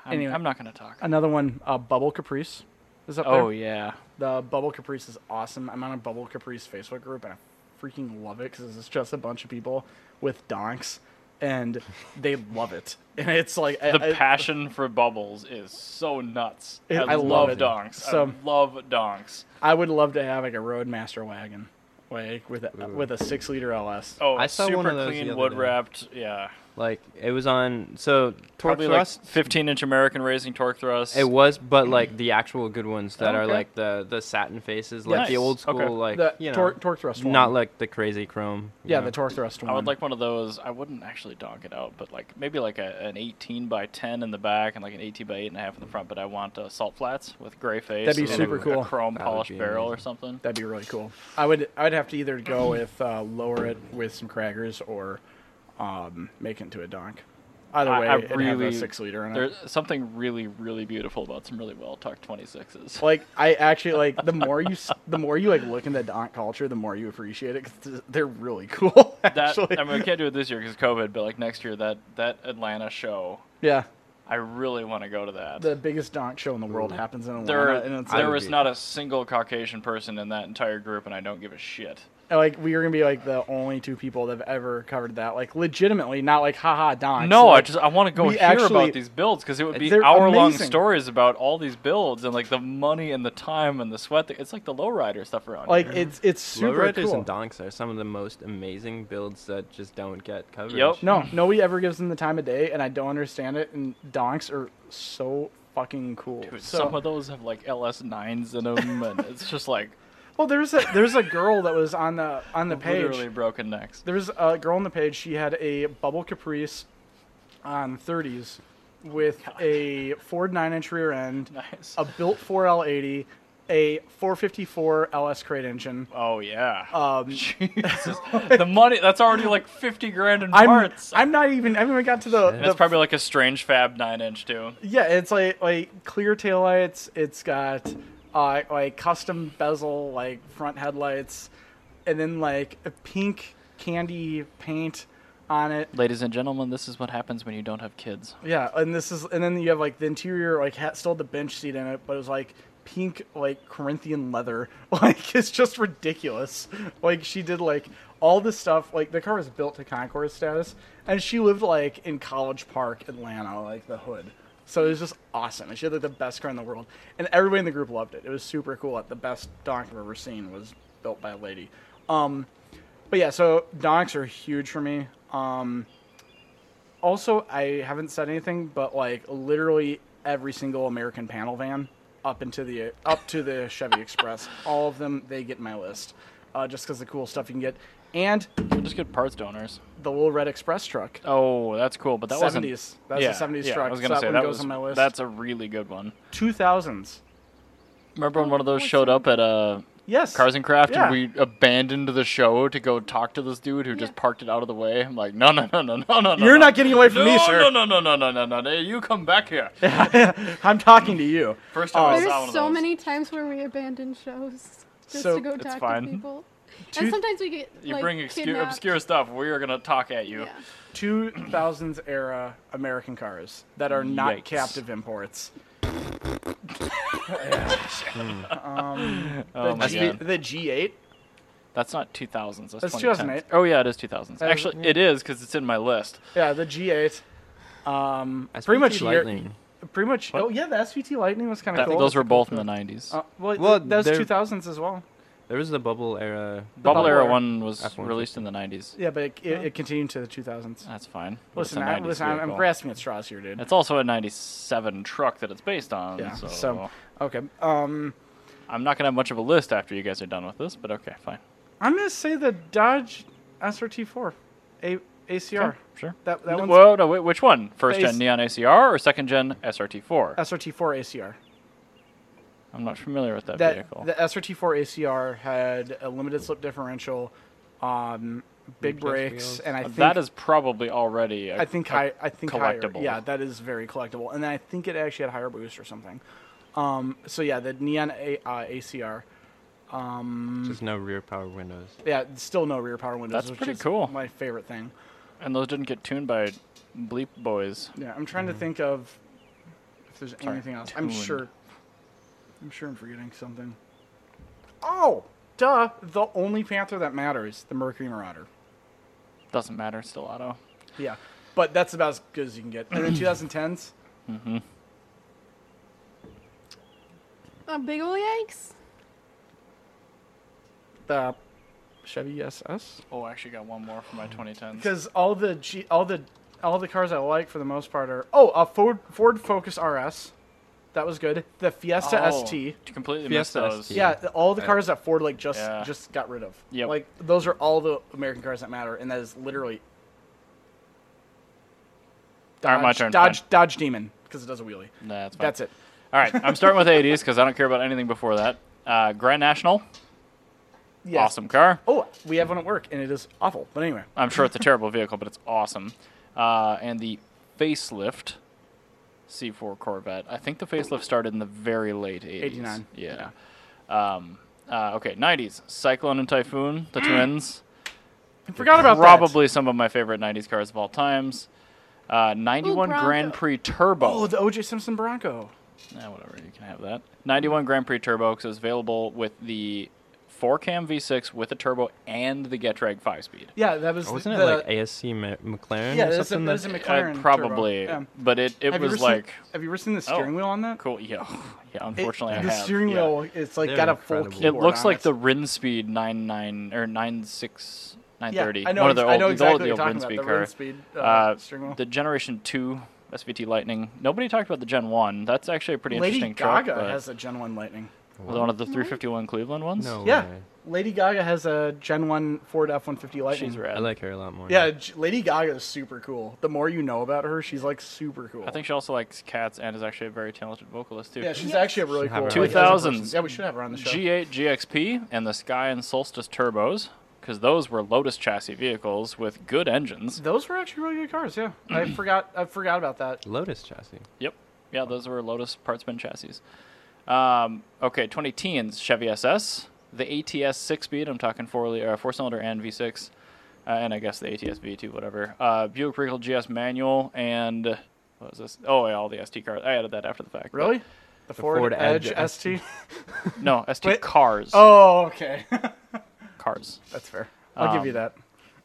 S2: I'm,
S1: Anyway.
S2: I'm not going to talk.
S1: Another one, uh, Bubble Caprice, is up
S2: Oh,
S1: there.
S2: yeah.
S1: The Bubble Caprice is awesome. I'm on a Bubble Caprice Facebook group and I freaking love it because it's just a bunch of people with donks and they love it. And it's like I-
S2: the
S1: I-
S2: passion for bubbles is so nuts.
S1: It-
S2: I,
S1: I love
S2: love
S1: it.
S2: donks.
S1: So-
S2: I love donks.
S1: I would love to have like a Roadmaster wagon, like with a, with a six liter LS.
S2: Oh,
S4: I saw
S2: super
S4: one of those the
S2: clean,
S4: other
S2: wood
S4: day.
S2: wrapped. Yeah,
S4: Like it was on so torque
S2: probably like
S4: thrust.
S2: 15 inch American Racing torque thrust.
S4: it was, but like the actual good ones that are
S2: Okay.
S4: like the the satin faces, like the
S2: Nice.
S4: old school,
S2: Okay.
S4: like
S1: the
S4: you know,
S1: tor- torque thrust one.
S4: not like the crazy chrome. you
S1: yeah,
S4: know.
S1: the torque thrust one.
S2: I would like one of those. I wouldn't actually donk it out, but like maybe like a, an 18 by 10 in the back and like an 18 by 8 and a half in the front. But I want uh, salt flats with gray face.
S1: That'd be
S2: and a-
S1: super
S2: a
S1: cool.
S2: chrome
S4: That would
S2: polished
S4: be
S2: barrel or
S4: amazing.
S2: something.
S1: That'd be really cool. I would I'd have to either go with uh, lower it with some craggers or um, make it into a donk. Either
S2: I-
S1: way,
S2: I
S1: it'd have a
S2: really-
S1: six liter in it.
S2: There's something really, really beautiful about some really well tucked 26s.
S1: Like I actually like the more you s- the more you like look into donk culture, the more you appreciate it because they're really cool.
S2: that
S1: Actually,
S2: I mean, we can't do it this year because COVID, but like next year, that that Atlanta show,
S1: yeah,
S2: I really want to go to that.
S1: the biggest donk show in the world happens in Atlanta,
S2: there,
S1: and it's
S2: there
S1: like-
S4: would
S2: was
S4: be-
S2: not a single Caucasian person in that entire group, and I don't give a shit.
S1: And, like we were gonna be like the only two people that've ever covered that, like legitimately, not like haha Don.
S2: No, I just I want to go
S1: we
S2: hear
S1: actually-
S2: about these builds because it would be
S1: They're
S2: hour long
S1: amazing.
S2: stories about all these builds and like the money and the time and the sweat. that- It's like the lowrider stuff around.
S1: like
S2: here.
S1: it's it's super
S4: Lowriders
S1: cool.
S4: and donks are some of the most amazing builds that just don't get coverage.
S1: no, nobody ever gives them the time of day, and I don't understand it. And donks are so fucking cool.
S2: Dude,
S1: so,
S2: some of those have like LS nines in them, and it's just like
S1: well, there's a there's a girl that was on the on the page.
S2: literally broken necks.
S1: There was a girl on the page. She had a bubble caprice on 30s with a Ford nine inch rear end,
S2: Nice.
S1: a built 4L80, a 454 LS crate engine.
S2: Oh yeah.
S1: Um,
S2: Jesus. the money that's already like fifty grand in
S1: I'm,
S2: parts.
S1: I'm not even. I haven't even got to the.
S2: that's
S1: the
S2: probably like a strange fab nine inch too.
S1: yeah, it's like like clear taillights. It's got uh, like custom bezel like front headlights, and then like a pink candy paint on it.
S2: Ladies and gentlemen, this is what happens when you don't have kids.
S1: Yeah, and this is and then you have like the interior like hat still had the bench seat in it, but it was like pink like Corinthian leather. Like it's just ridiculous. Like she did like all this stuff. Like the car was built to Concours status, and she lived like in College Park, Atlanta, like the hood. So it was just awesome, and she had like the best car in the world, and everybody in the group loved it. It was super cool. Like, the best donk I've ever seen was built by a lady. Um, but yeah, so donks are huge for me. Um, also, I haven't said anything, but like literally every single American panel van up into the up to the Chevy Express, all of them they get my list, uh, just because the cool stuff you can get. and
S2: We're just good parts donors.
S1: the little red express truck.
S2: Oh, that's cool, but that wasn't.
S1: 70s. That was a 70s
S2: yeah,
S1: truck,
S2: I was
S1: so
S2: gonna
S1: that
S2: say
S1: one
S2: that
S1: goes
S2: was
S1: on my list.
S2: That's a really good one.
S1: 2000s.
S2: Remember when one of those
S3: What's
S2: showed
S3: that?
S2: up at uh,
S1: Yes.
S2: Cars and Craft
S1: Yeah.
S2: and we abandoned the show to go talk to this dude who just
S3: Yeah. parked
S2: parked it out of the way? I'm like, no, no, no, no, no, no.
S1: You're not getting away from
S2: no,
S1: me, sir.
S2: No, no, no, no, no, no, no, no. You come back here.
S1: I'm talking to you.
S2: First time I saw one of
S3: There's so
S2: those.
S3: many times where we abandon shows just
S1: So,
S3: to go
S1: it's
S3: talk
S2: fine.
S3: to people.
S1: Two-
S3: and sometimes we get
S2: You
S3: like,
S2: bring obscure,
S3: kidnapped.
S2: obscure stuff. We are gonna talk at you.
S3: Yeah.
S1: 2000s era American cars that are not
S2: Yikes.
S1: captive imports.
S2: Oh my
S1: the, G-
S2: god,
S1: the G8.
S2: that's not 2000s. That's,
S1: That's
S2: 2010s.
S1: 2008.
S2: Oh yeah, it is 2000s.
S1: That is-
S2: Actually, it is because it's in my list.
S1: Yeah, the G8. Um,
S4: SVT
S1: pretty much your-
S4: lightning.
S1: Pretty much. Oh yeah, the SVT Lightning was kind of
S2: That,
S1: cool.
S2: those were both in the 90s.
S1: Uh, well,
S4: Well,
S1: th- that was
S4: they're-
S1: 2000s as well.
S4: There was the bubble era.
S2: Bubble
S1: Bubble
S2: Era
S1: Era.
S2: one was
S4: F150.
S2: released in the 90s.
S1: Yeah, but it, it, it continued to the 2000s.
S2: That's fine. But it's
S1: listen,
S2: a
S1: I,
S2: 90s
S1: listen, I'm, I'm
S2: vehicle.
S1: grasping at straws here, dude.
S2: It's also a 97 truck that it's based on.
S1: Yeah.
S2: So,
S1: So, okay. Um,
S2: I'm not going to have much of a list after you guys are done with this, but okay, fine.
S1: I'm gonna say the Dodge SRT4, A- ACR.
S2: Okay, sure.
S1: That that one's
S2: Well, no, wait, which one? First
S1: Base-
S2: gen Neon ACR or second gen SRT4?
S1: Uh, SRT4 ACR.
S2: I'm not familiar with that,
S1: That
S2: vehicle.
S1: the SRT4 ACR had a limited slip differential, um, big
S4: Readjust
S1: brakes,
S4: wheels.
S1: and I
S2: Uh,
S1: think
S2: that is probably already. a-
S1: I think
S2: a-
S1: high, I think higher.
S2: collectible.
S1: Yeah, that is very collectible, and then I think it actually had higher boost or something. Um, so yeah, the neon a- uh, ACR. Mm.
S4: Just no rear power windows.
S1: Yeah, still no rear power windows.
S2: That's
S1: which
S2: pretty
S1: is
S2: cool.
S1: My favorite thing.
S2: and those didn't get tuned by Bleep Boys.
S1: Yeah, I'm trying to think of if there's
S2: Mm-hmm. Sorry,
S1: anything else. I'm
S2: tuned.
S1: sure. I'm sure I'm forgetting something. Oh, duh! The only Panther that matters, the Mercury Marauder.
S2: Doesn't matter, it's still auto.
S1: Yeah, but that's about as good as you can get. And then 2010s,
S3: A Oh, big ol' yikes.
S1: the Chevy SS.
S2: Oh, I actually got one more for my 2010s.
S1: Because all the G, all the all the cars I like for the most part are oh a Ford Ford Focus RS, that was good. The Fiesta
S2: Oh,
S1: ST.
S2: Completely
S4: Fiesta
S2: missed those.
S4: ST.
S1: Yeah, th- all the cars that Ford like just
S2: Yeah.
S1: just got rid of.
S2: Yep.
S1: Like those are all the American cars that matter, and that is literally
S2: All right, my
S1: Dodge
S2: turn,
S1: Dodge,
S2: fine.
S1: Dodge Demon because it does a wheelie.
S2: Nah, that's fine.
S1: That's it.
S2: All right, I'm starting with 80s because I don't care about anything before that. Uh, Grand National,
S1: Yeah.
S2: awesome car.
S1: Oh, we have one at work, and it is awful. But anyway,
S2: I'm sure it's a terrible vehicle, but it's awesome. Uh, and the facelift C4 Corvette. I think the facelift started in the very late 80s.
S1: 89.
S2: Yeah. Um, uh, okay, 90s. Cyclone and Typhoon, the twins.
S1: I Mm. forgot about that.
S2: Probably some of my favorite 90s cars of all times. Uh, 91
S3: Bronco.
S2: Grand Prix Turbo.
S1: Oh, the OJ Simpson Bronco.
S2: Eh, whatever, you can have that. 91 Grand Prix Turbo, because it was available with the 4 cam V6 with a turbo and the Getrag 5 speed.
S1: Yeah, that was.
S4: Oh, Wasn't
S1: the,
S4: it like ASC Ma- McLaren?
S1: Yeah,
S4: or
S1: that's a,
S4: something
S1: that's a
S4: that-
S1: McLaren.
S2: Uh,
S1: turbo.
S2: probably,
S1: Yeah.
S2: but it, it
S1: Have you
S2: was
S1: ever seen-
S2: like
S1: have you ever seen the steering
S2: Oh.
S1: wheel on that?
S2: cool. Yeah, yeah.
S1: It-
S2: Unfortunately, I
S1: the
S2: have.
S1: steering
S2: yeah.
S1: wheel it's like
S4: They're
S1: got a full
S4: incredible.
S1: keyboard.
S4: It
S2: It looks
S1: on
S2: like
S1: it.
S2: the Rin Speed nine nine or nine six nine
S1: yeah,
S2: thirty.
S1: I know,
S2: One of the
S1: ex- I
S2: old,
S1: know
S2: the
S1: exactly
S2: old,
S1: what
S2: the
S1: you're
S2: old
S1: talking
S2: Rin
S1: about,
S2: Speed
S1: the
S2: car.
S1: Rin Speed uh,
S2: Uh,
S1: steering wheel.
S2: the Generation Two SVT Lightning. Nobody talked about the Gen One. That's actually a pretty
S1: Lady
S2: interesting
S1: Gaga
S2: truck. but-
S1: has a Gen One Lightning.
S2: one of the three fifty one Cleveland ones.
S4: No
S1: Yeah,
S4: way.
S1: Lady Gaga has a Gen One Ford F one fifty Lightning.
S2: she's rad.
S4: I like her a lot more.
S1: Yeah,
S4: now.
S1: J- Lady Gaga is super cool. The more you know about her, she's like super cool.
S2: I think she also likes cats and is actually a very talented vocalist too.
S1: yeah, she's
S3: Yes.
S1: actually a really
S4: Should have
S1: cool. like,
S4: her on.
S1: as a person.
S2: 2000s.
S1: Yeah, we should have her on the show.
S2: G8 GXP and the Sky and Solstice turbos, because those were Lotus chassis vehicles with good engines.
S1: Those were actually really good cars. Yeah, I forgot. I forgot about that.
S4: Lotus chassis.
S2: Yep. Yeah, those were Lotus parts bin chassis. Um, okay, 2010s Chevy SS, the ATS six speed. I'm talking four uh, four cylinder and V6, uh, and I guess the ATS V2, whatever. Uh, Buick Regal GS manual and what was this? Oh, yeah, all the ST cars. I added that after the fact. but-
S1: Really? The Ford,
S4: Ford
S1: Edge,
S4: Edge
S1: ST.
S2: No, ST
S1: Wait.
S2: cars.
S1: Oh, okay.
S2: Cars.
S1: That's fair. I'll give
S2: Um,
S1: you that.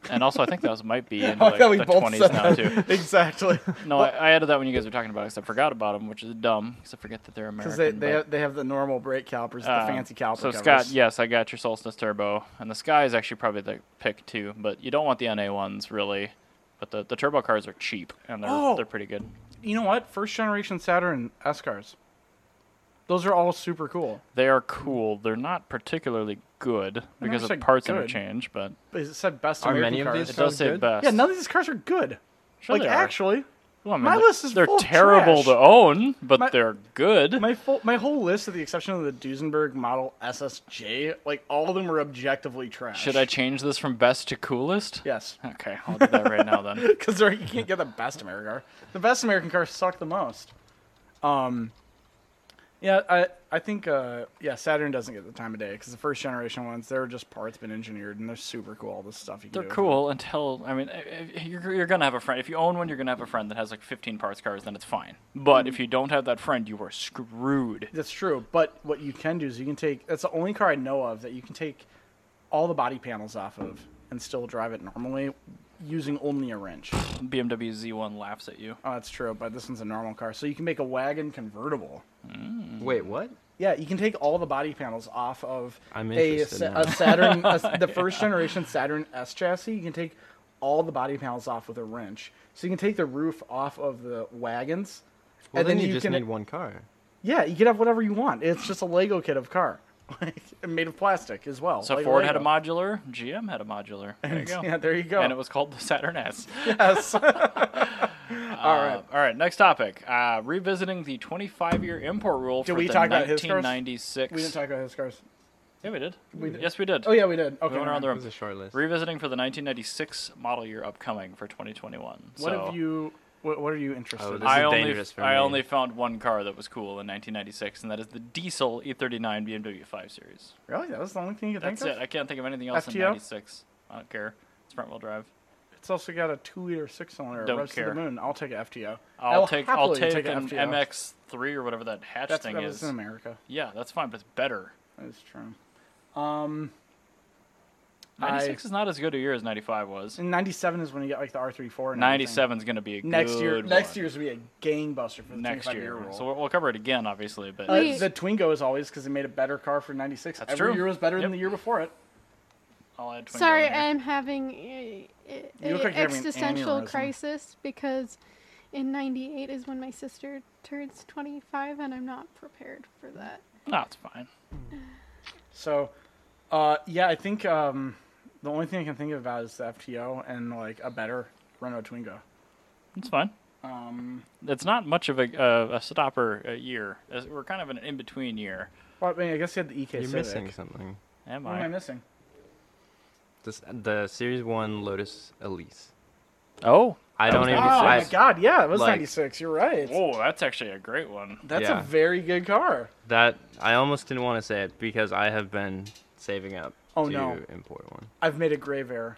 S2: And also, I think those might be in
S1: Oh,
S2: like,
S1: yeah,
S2: the 20s now too.
S1: exactly.
S2: No, I, I added that when you guys were talking about it, 'cause I forgot about them, which is dumb, because I forget that they're
S1: Because
S2: American.
S1: they, they,
S2: but-
S1: have, they have the normal brake calipers, the
S2: Uh,
S1: fancy caliper
S2: So
S1: covers.
S2: Scott, yes, I got your Solstice Turbo, and the Sky is actually probably the pick too. But you don't want the NA ones really. But the, the turbo cars are cheap and they're
S1: Oh.
S2: they're pretty good.
S1: You know what? First generation Saturn S cars. Those are all super cool.
S2: They are cool. They're not particularly good because of
S1: said
S2: parts
S1: good.
S2: interchange, but
S1: But It said best
S4: Are
S1: American
S4: many of
S1: cars.
S4: these
S2: it does
S4: Sounds
S2: say
S4: good.
S2: best.
S1: Yeah, none of these cars are good.
S2: Sure
S1: like
S2: they are.
S1: actually,
S2: Well, I mean,
S1: my
S2: they're-
S1: list is
S2: they're
S1: full of
S2: terrible
S1: trash.
S2: to own, but
S1: My-
S2: they're good.
S1: my full, my whole list, with the exception of the Duesenberg Model SSJ, like all of them were objectively trash.
S2: Should I change this from best to coolest?
S1: Yes,
S2: Okay, I'll do that right now then.
S1: because you can't get the best American car. The best American cars suck the most. Um, yeah, I I think uh, yeah Saturn doesn't get the time of day because the first generation ones they're just parts been engineered and they're super cool. All this stuff you can
S2: They're
S1: do with
S2: cool until I mean, i- i- you're you're gonna have a friend. If you own one, you're gonna have a friend that has like 15 parts cars. Then it's fine. But
S1: Mm.
S2: if you don't have that friend, you are screwed.
S1: them. That's true. But what you can do is you can take that's the only car I know of that you can take all the body panels off of and still drive it normally using only a wrench.
S2: BMW Z1 laughs at you.
S1: Oh, that's true, but this one's a normal car. So you can make a wagon convertible. Mm.
S4: Wait, what?
S1: Yeah, you can take all the body panels off of
S4: I'm
S1: a,
S4: interested
S1: Sa-
S4: now.
S1: a Saturn, a- the first generation Saturn S chassis. You can take all the body panels off with a wrench. So you can take the roof off of the wagons,
S4: Well,
S1: and then, you,
S4: just
S1: can
S4: need one car.
S1: yeah, you can have whatever you want. It's just a Lego kit of car, like made of plastic as well.
S2: So
S1: like
S2: Ford had a
S1: Lego.
S2: modular, GM had a modular. There you go.
S1: uh, Yeah, there you go.
S2: And it was called the Saturn S.
S1: yes.
S2: all right, all right. Next topic: uh, revisiting the 25-year import rule
S1: Did
S2: for
S1: we
S2: the
S1: talk about his cars?
S2: 1996.
S1: we didn't talk about his cars.
S2: yeah, we did. Yes, we did.
S1: Oh yeah, we did. Okay.
S2: We went around the
S4: It
S2: room.
S4: was a short list.
S2: Revisiting for the 1996 model year upcoming for 2021.
S1: What
S2: so
S1: have you? What, what are you interested?
S4: Oh,
S1: in?
S4: this
S2: I
S4: is
S2: only
S4: dangerous for
S2: I
S4: me.
S2: only found one car that was cool in 1996, and that is the diesel E E39 BMW 5 Series.
S1: Really? That was the only thing you could
S2: That's
S1: think
S2: it.
S1: of?
S2: I can't think of anything else in
S1: FTO?
S2: '96. I don't care. It's front wheel drive.
S1: It's also got a E two-liter six-cylinder.
S2: Don't
S1: Roads to
S2: care.
S1: the moon. I'll take a FTO. I
S2: I'll
S1: will
S2: take I'll
S1: Oh, happily
S2: take,
S1: a
S2: an
S1: FTO.
S2: MX3 or whatever that hatch
S1: That's
S2: thing
S1: that
S2: is.
S1: was in America.
S2: Yeah, that's fine, but it's better.
S1: That's true. Um, I-
S2: '96 is not as good a year as '95 was.
S1: and 97 is when you get like the R34. and everything.
S2: '97 is going to be a
S1: Next
S2: good
S1: year,
S2: One.
S1: next year's will be a gangbuster for the
S2: next
S1: 25
S2: year.
S1: rule.
S2: So we'll, we'll cover it again, obviously. But
S1: uh,
S3: Wait.
S1: the Twingo is always because they made a better car for 96.
S2: That's
S1: Every
S2: true.
S1: year was better
S2: Yep.
S1: than the year before it.
S2: I'll add 20
S3: Sorry,
S2: on here.
S3: I'm having a, a-
S1: You look
S3: a
S1: like you're having an
S3: existential
S1: aneurysm.
S3: crisis because in 98 is when my sister turns 25 and I'm not prepared for that.
S2: no, it's fine.
S1: So, uh, yeah, I think um, the only thing I can think about is the FTO and like a better Renault Twingo.
S2: It's fine.
S1: Um,
S2: It's not much of a uh, a stopper uh, year. As- We're kind of in an in between year.
S1: well, I, mean, I guess you had the EK
S4: You're
S1: Civic.
S4: missing something.
S2: Am
S1: What am I
S2: I?
S1: missing?
S4: This, the Series 1 Lotus Elise.
S2: Oh,
S4: I don't
S2: was
S4: even.
S1: Oh
S2: nice.
S4: I-
S1: my god, yeah, it was
S4: like-
S1: 96. You're right.
S2: whoa, that's actually a great one.
S1: That's
S4: Yeah.
S1: a very good car.
S4: That I almost didn't want to say it because I have been saving up
S1: Oh,
S4: to
S1: no.
S4: import one.
S1: I've made a grave error.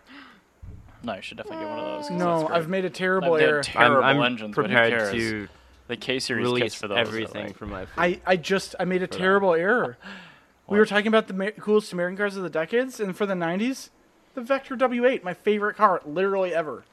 S2: No, you should definitely get one of those. 'cause that's
S1: No,
S2: great.
S1: I've made a terrible
S2: I've made
S1: error.
S2: ter-
S4: I'm-
S2: Terrible
S4: I'm,
S2: engines, but who
S4: prepared
S2: cares?
S4: to
S2: the K series kits
S4: release
S2: for those. are
S4: everything
S2: like-
S4: from my. fleet.
S1: I, I just I made a
S4: For that.
S1: terrible error. We were talking about the ma- coolest American cars of the decades, and for the '90s, the Vector W8, my favorite car, literally ever.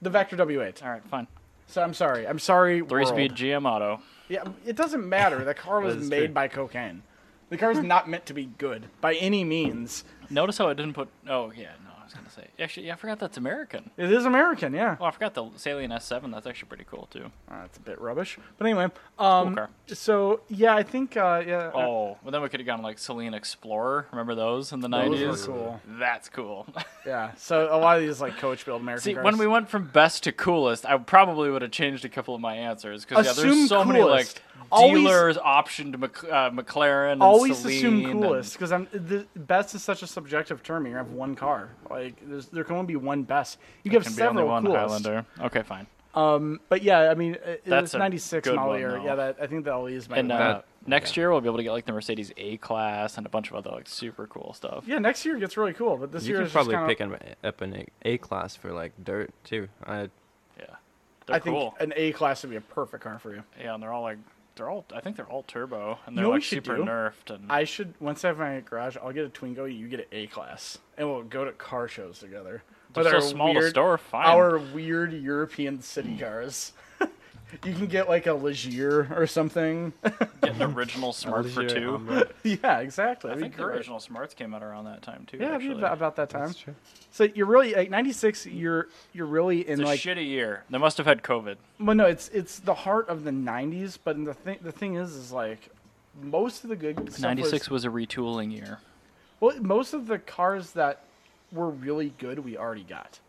S1: The Vector W8.
S2: All right, fine.
S1: So I'm sorry. I'm sorry.
S2: Three speed
S1: world.
S2: GM auto.
S1: Yeah, it doesn't matter. The car was
S4: That is
S1: made
S4: true.
S1: by cocaine. The car's not meant to be good by any means.
S2: Notice how I didn't put. Oh yeah, no, I was gonna say. Actually, yeah, I forgot that's American.
S1: It is American, yeah.
S2: Oh, I forgot the Salient S7. That's actually pretty cool too.
S1: Uh, it's a bit rubbish, but anyway. Um,
S2: car.
S1: So yeah, I think uh, yeah. uh,
S2: Oh, well then we could have gone like Celine Explorer. Remember those in the
S1: Those were
S2: nineties?
S1: cool.
S2: That's cool.
S1: Yeah. So a lot of these like coach build American
S2: See,
S1: cars.
S2: when we went from best to coolest, I probably would have changed a couple of my answers because yeah,
S1: Assume
S2: there's so many like
S1: coolest. Always-
S2: dealers optioned Mc, uh, McLaren. And
S1: always
S2: Celine
S1: assume
S2: and-
S1: coolest because I'm the best is such a subjective term. You have one car. Like there's, there can only be one best. You
S2: There
S1: can
S2: can
S1: have
S2: be only
S1: several
S2: one
S1: coolest.
S2: Highlander. Okay, fine.
S1: Um, but yeah, I mean, it,
S2: That's
S1: it's
S2: a
S1: '96
S2: good
S1: model
S2: one,
S1: year.
S2: though.
S1: Yeah, that, I think the LE is my.
S2: And uh,
S4: That-
S2: next year we'll be able to get like the Mercedes A class and a bunch of other like super cool stuff.
S1: yeah, next year gets really cool, but this
S4: you
S1: year
S4: could
S1: is
S4: probably
S1: just
S4: pick
S1: kinda,
S4: an, up an A, A class for like dirt too. I
S2: Yeah,
S1: I
S2: they're
S1: think
S2: cool.
S1: an A class would be a perfect car for you.
S2: Yeah, and they're all like they're all I think they're all turbo and
S1: You
S2: they're
S1: know what we
S2: like
S1: should
S2: super
S1: do?
S2: nerfed and
S1: I should once I have my garage, I'll get a Twingo. You get an A class, and we'll go to car shows together.
S2: they're
S1: With
S2: so
S1: our
S2: small
S1: weird,
S2: to store. Fine.
S1: Our weird European city cars. You can get like a Legier or something.
S2: Get an original smart for
S4: Algier
S2: two.
S4: omelet.
S1: yeah, exactly.
S2: I
S1: That'd be
S2: think the
S1: great.
S2: original smarts came out around that time too.
S1: Yeah, it'd be
S2: actually.
S1: about, about that time.
S4: That's true.
S1: So you're really like '96. You're you're really in
S2: it's a
S1: like
S2: shitty year. They must have had COVID.
S1: Well, no, it's it's the heart of the '90s. But the thing the thing is, is like most of the good stuff was-
S2: '96 was a retooling year.
S1: well, most of the cars that were really good, we already got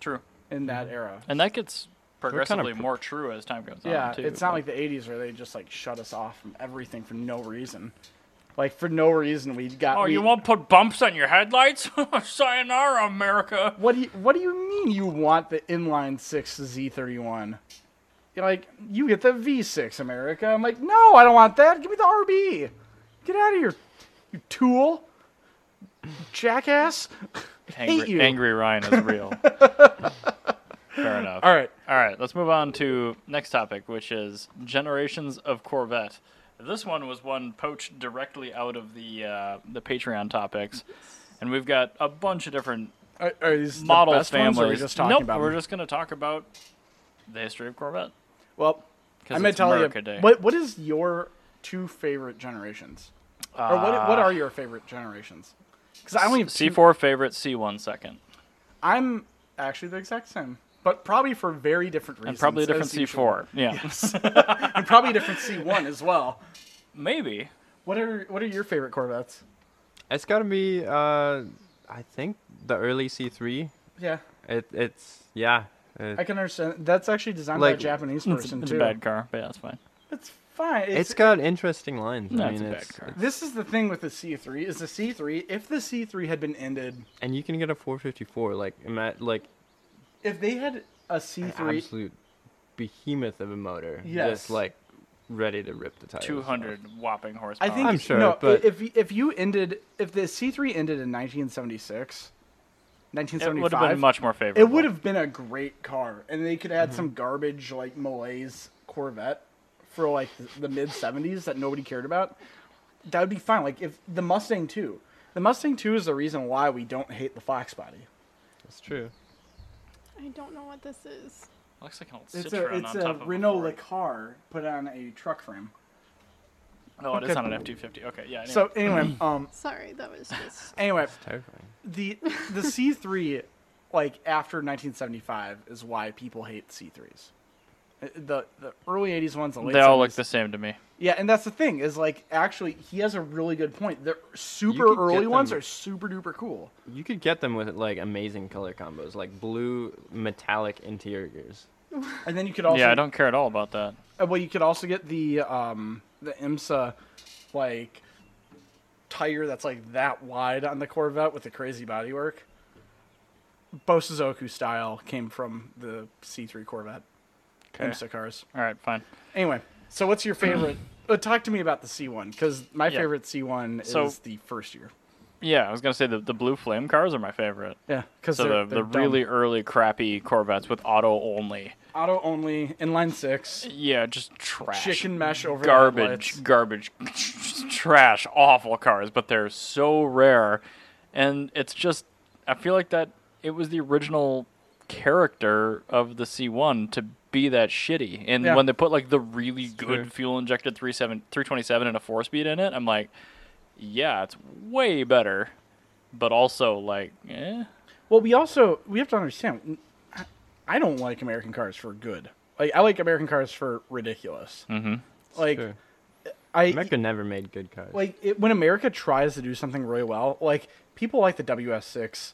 S2: True,
S1: in that
S2: Mm-hmm.
S1: era.
S2: and that gets progressively
S4: pro-
S2: more true as time goes
S1: yeah,
S2: on. Um, too,
S1: it's not
S2: but-
S1: like the '80s where they just like shut us off from everything for no reason. Like for no reason, we got.
S2: Oh,
S1: we-
S2: you won't put bumps on your headlights? Sayonara, America.
S1: What do you What do you mean you want the inline six Z31? You're like you get the V6 America. I'm like, no, I don't want that. Give me the RB. Get out of here, you tool, jackass. Hate
S2: Angry,
S1: you.
S2: angry Ryan is real. Fair enough.
S1: All right,
S2: All right, let's move on to next topic, which is generations of Corvette. This one was one poached directly out of the uh, the Patreon topics, and we've got a bunch of different
S1: are, are these
S2: model
S1: the best
S2: families.
S1: ones, or are we just talking
S2: nope,
S1: about?
S2: we're
S1: them?
S2: just gonna talk about the history of Corvette.
S1: well, I'm
S2: 'Cause
S1: gonna
S2: it's
S1: tell
S2: America
S1: you
S2: Day.
S1: what what is your two favorite generations, or
S2: Uh,
S1: what what are your favorite generations? Because I only have two-
S2: C4 favorite, C1 second,
S1: I'm actually the exact same, but probably for very different reasons.
S2: and probably a different
S1: as usual.
S2: C4. Yeah,
S1: and probably a different C1 as well.
S2: maybe.
S1: What are what are your favorite Corvettes?
S4: It's gotta be. Uh, I think the early C3.
S1: Yeah,
S4: It it's yeah. It,
S1: I can understand. That's actually designed
S4: Like-
S1: by a Japanese
S2: It's,
S1: person
S2: it's a
S1: too.
S2: bad car, but yeah, it's fine.
S1: It's fine. It's,
S4: it's got interesting lines.
S2: No,
S4: I
S2: it's
S4: mean,
S2: a
S4: it's,
S2: bad car.
S1: this is the thing with the C3 is the C3. If the C3 had been ended,
S4: and you can get a 454. Like ima- like
S1: if they had a
S4: an
S1: C3,
S4: absolute behemoth of a motor.
S1: Yes.
S4: Just like ready to rip the tires. off.
S2: 200 whopping
S1: I
S2: horsepower.
S1: think
S4: I'm sure,
S1: no.
S4: but-
S1: If if you ended if the C3 ended in 1976,
S2: it would have
S1: 1975,
S2: been much more favorable.
S1: It would have been a great car, and they could add
S4: Mm-hmm.
S1: some garbage like Malaise Corvette for like the, the mid '70s that nobody cared about. That would be fine. Like if the Mustang too. The Mustang too is the reason why we don't hate the Fox body.
S4: That's true.
S3: I don't know what this is.
S2: Looks like an old
S1: It's
S2: Citroen
S1: a it's
S2: on
S1: a
S2: top of
S1: Renault
S2: Ford.
S1: Lecar put on a truck frame.
S2: No, it is
S1: Okay.
S2: on an F two fifty. Okay, yeah. Anyway.
S1: So anyway, um,
S3: Sorry, that was just.
S1: anyway,
S4: Terrifying.
S1: the the C3 like after 1975 is why people hate C3s. Uh, The the early 80s ones, the late
S2: they all look
S1: 70s
S2: the same to me.
S1: Yeah, and that's the thing is like actually he has a really good point. The super
S4: could get
S1: early ones
S4: them-
S1: are super duper cool.
S4: You could get them with like amazing color combos, like blue metallic interiors.
S1: And then you could also
S2: yeah, I don't care at all about that.
S1: uh, well you could also get the um the IMSA like tire that's like that wide on the Corvette with the crazy bodywork. Bosuzoku style came from the C3 Corvette
S2: Okay.
S1: IMSA cars.
S2: All right, fine.
S1: Anyway, so what's your favorite? uh, talk to me about the C1 cuz my
S2: Yeah.
S1: favorite C1
S2: So-
S1: is the first year.
S2: Yeah, I was gonna say the, the blue flame cars are my favorite.
S1: Yeah, cuz
S2: So the, the really early crappy Corvettes with auto only.
S1: auto only inline 6.
S2: Yeah, just trash,
S1: chicken mesh over
S2: garbage, garbage, trash, awful cars. But they're so rare, and it's just I feel like that it was the original character of the C1 to be that shitty. And
S1: Yeah.
S2: when they put like the really
S4: true.
S2: good fuel injected 37 327 and a four speed in it, I'm like, yeah, it's way better. But also like, eh.
S1: Well, we also we have to understand. I- I don't like American cars for good. Like I like American cars for ridiculous. Mm-hmm. Like
S4: Sure.
S1: I
S4: America never made good cars.
S1: like it, when America tries to do something really well. Like people like the WS6,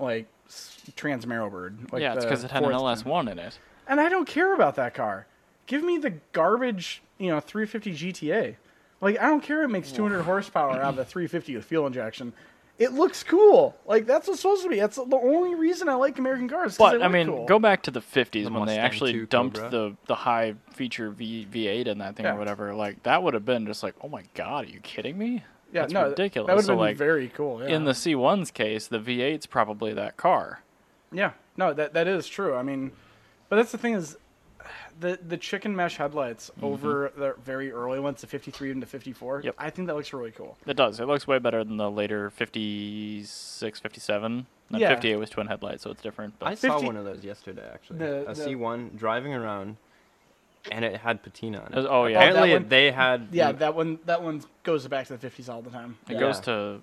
S1: like s- Transmero Bird. Like
S2: yeah, it's
S1: the
S2: because it had an
S1: fourth-
S2: LS1 in it.
S1: And I don't care about that car. Give me the garbage, you know, 350 GTA. Like, I don't care it makes 200 horsepower out of the 350 with fuel injection. It looks cool. Like, that's what's supposed to be. That's the only reason I like American cars. 'cause they
S2: But I
S1: look
S2: mean,
S1: cool.
S2: go back to the '50s
S4: The
S2: when they
S4: Mustang
S2: actually
S4: 2
S2: dumped
S4: Cobra.
S2: the the high feature V V8 in that thing
S1: Yeah.
S2: or whatever. Like that would have been just like, oh my god, are you kidding me?
S1: Yeah,
S2: That's
S1: no, th-
S2: ridiculous.
S1: That would have
S2: so
S1: been
S2: like
S1: very cool. Yeah.
S2: in the C1's case, the V8's probably that car.
S1: yeah, no, that that is true. I mean, but that's the thing is, the the chicken mesh headlights over the very early ones, the 53 and the 54.
S2: Mm-hmm. Yep.
S1: I think that looks really cool.
S2: It does. It looks way better than the later 56, 57. And
S1: Yeah.
S2: 58 was twin headlight, so it's different. But
S4: I saw
S1: 50
S4: one of those yesterday, actually.
S1: The- the-
S4: a C one driving around, and it had patina on it.
S2: Oh, yeah.
S4: Apparently,
S1: Oh, that one-
S4: they had.
S1: Yeah, that one that one goes back to the 50s all the time.
S2: It
S4: Yeah.
S2: goes to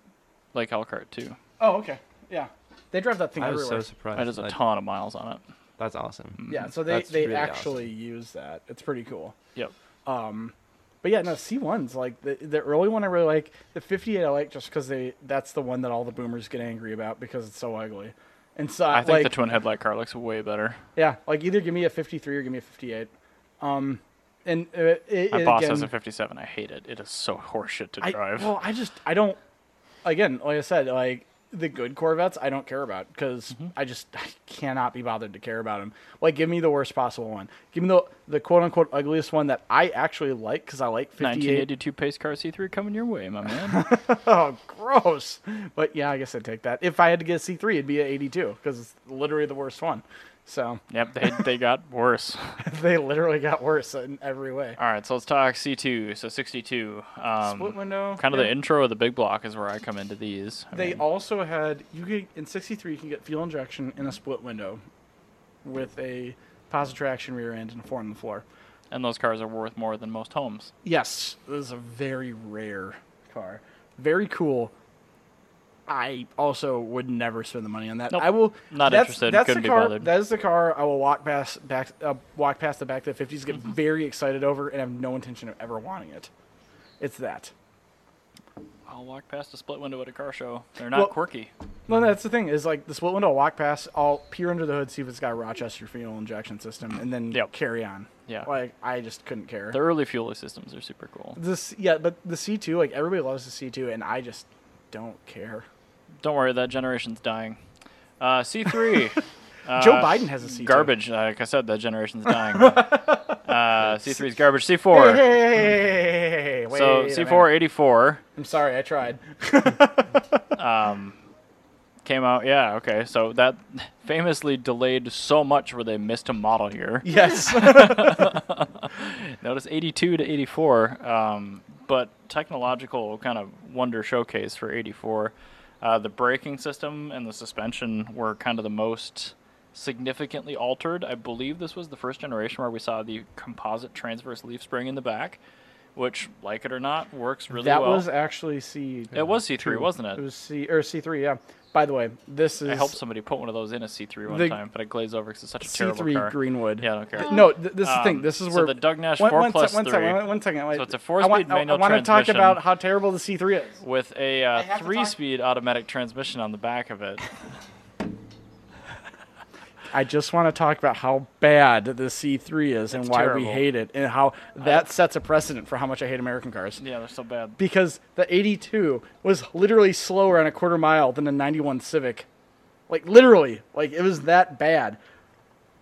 S2: Lake Elkhart too.
S1: Oh, okay. Yeah. They drive that thing
S4: I was
S1: everywhere.
S4: so surprised.
S2: That is a
S4: like,
S2: ton of miles on it.
S4: That's awesome.
S1: yeah,
S2: mm,
S1: so they,
S4: That's
S1: they
S4: really
S1: actually use that. It's pretty cool.
S2: Yep.
S1: But yeah, no, C1's like the, the early one I really like. The 58 I like just because they that's the one that all the boomers get angry about because it's so ugly. And so
S2: I think the
S1: like,
S2: twin headlight car looks way better.
S1: Yeah, like either give me a 53 or give me a 58. Um, and uh, it, it,
S2: My boss
S1: again,
S2: has a 57. I hate it. It is so horseshit to
S1: I-
S2: drive.
S1: well, I just I don't. Again, like I said, like the good Corvettes, I don't care about because
S2: Mm-hmm.
S1: I just I cannot be bothered to care about them. Like, give me the worst possible one. Give me the the quote unquote ugliest one that I actually like because I like 58.
S2: 1982 pace car C3 coming your way, my man.
S1: Oh, gross. But yeah, I guess I'd take that. If I had to get a C3, it'd be a 82 because it's literally the worst one. So
S2: yep, they they got worse.
S1: they literally got worse in every way.
S2: All right, so let's talk C2. So 62. Um,
S1: Split window.
S2: Kind of
S1: yeah.
S2: the intro of the big block is where I come into these. I
S1: They
S2: mean,
S1: also had you could in '63 you can get fuel injection in a split window, with a positive traction rear end and a four on the floor.
S2: and those cars are worth more than most homes.
S1: Yes, this is a very rare car, very cool. I also would never spend the money on that.
S2: Nope.
S1: I will
S2: Not
S1: that's,
S2: interested.
S1: That's
S2: Couldn't
S1: the
S2: be
S1: car.
S2: bothered.
S1: That is the car I will walk past back uh, walk past the back to the '50s, get
S2: Mm-hmm.
S1: very excited over, and have no intention of ever wanting it. It's that.
S2: I'll walk past a split window at a car show. They're not
S1: Well-
S2: quirky.
S1: No, that's the thing is like the split window. I'll walk past, I'll peer under the hood, see if it's got a Rochester fuel injection system, and then
S2: Yep.
S1: carry on.
S2: Yeah.
S1: Like I just couldn't care.
S2: The early fuel systems are super cool.
S1: this yeah, but the C two like everybody loves the C two, and I just don't care.
S2: Don't worry, that generation's dying. Uh, C3. uh,
S1: Joe Biden has a C two.
S2: Garbage. Uh, like I said, that generation's dying. uh, C3 is garbage. C4.
S1: Hey, hey, hey, hey, hey, hey, hey, wait
S2: so
S1: a
S2: C4
S1: minute.
S2: 84
S1: I'm sorry, I tried.
S2: came out. Yeah, okay. So that famously delayed so much where they missed a model year.
S1: Yes.
S2: Notice 82 to 84, um, but technological kind of wonder showcase for 84. Uh, the braking system and the suspension were kind of the most significantly altered. I believe this was the first generation where we saw the composite transverse leaf spring in the back, which, like it or not, works really
S1: that
S2: well.
S1: was actually C.
S2: it was C3, wasn't it?
S1: It was C or C three. Yeah. By the way, this is
S2: I helped somebody put one of those in a C3 one
S1: The-
S2: time, but I glazed over because it's such a
S1: C
S2: terrible
S1: three
S2: car.
S1: Greenwood.
S2: Yeah, I don't care.
S1: No, th- this is the thing.
S2: Um,
S1: This is
S2: so
S1: where
S2: the Doug Nash
S1: One-
S2: 4
S1: one sec-
S2: plus
S1: one
S2: 3.
S1: second, one- one second, wait.
S2: So it's a four-speed
S1: I want- I-
S2: manual
S1: I want to talk
S2: transmission.
S1: about how terrible the C3 is.
S2: with a
S1: I
S2: uh,
S1: have to talk.
S2: three-speed automatic transmission on the back of it.
S1: I just want to talk about how bad the C3 is and
S2: It's
S1: why we
S2: terrible.
S1: hate it and how that sets a precedent for how much I hate American cars.
S2: Yeah, they're so bad.
S1: Because the 82 was literally slower on a quarter mile than a 91 Civic. Like literally, like it was that bad.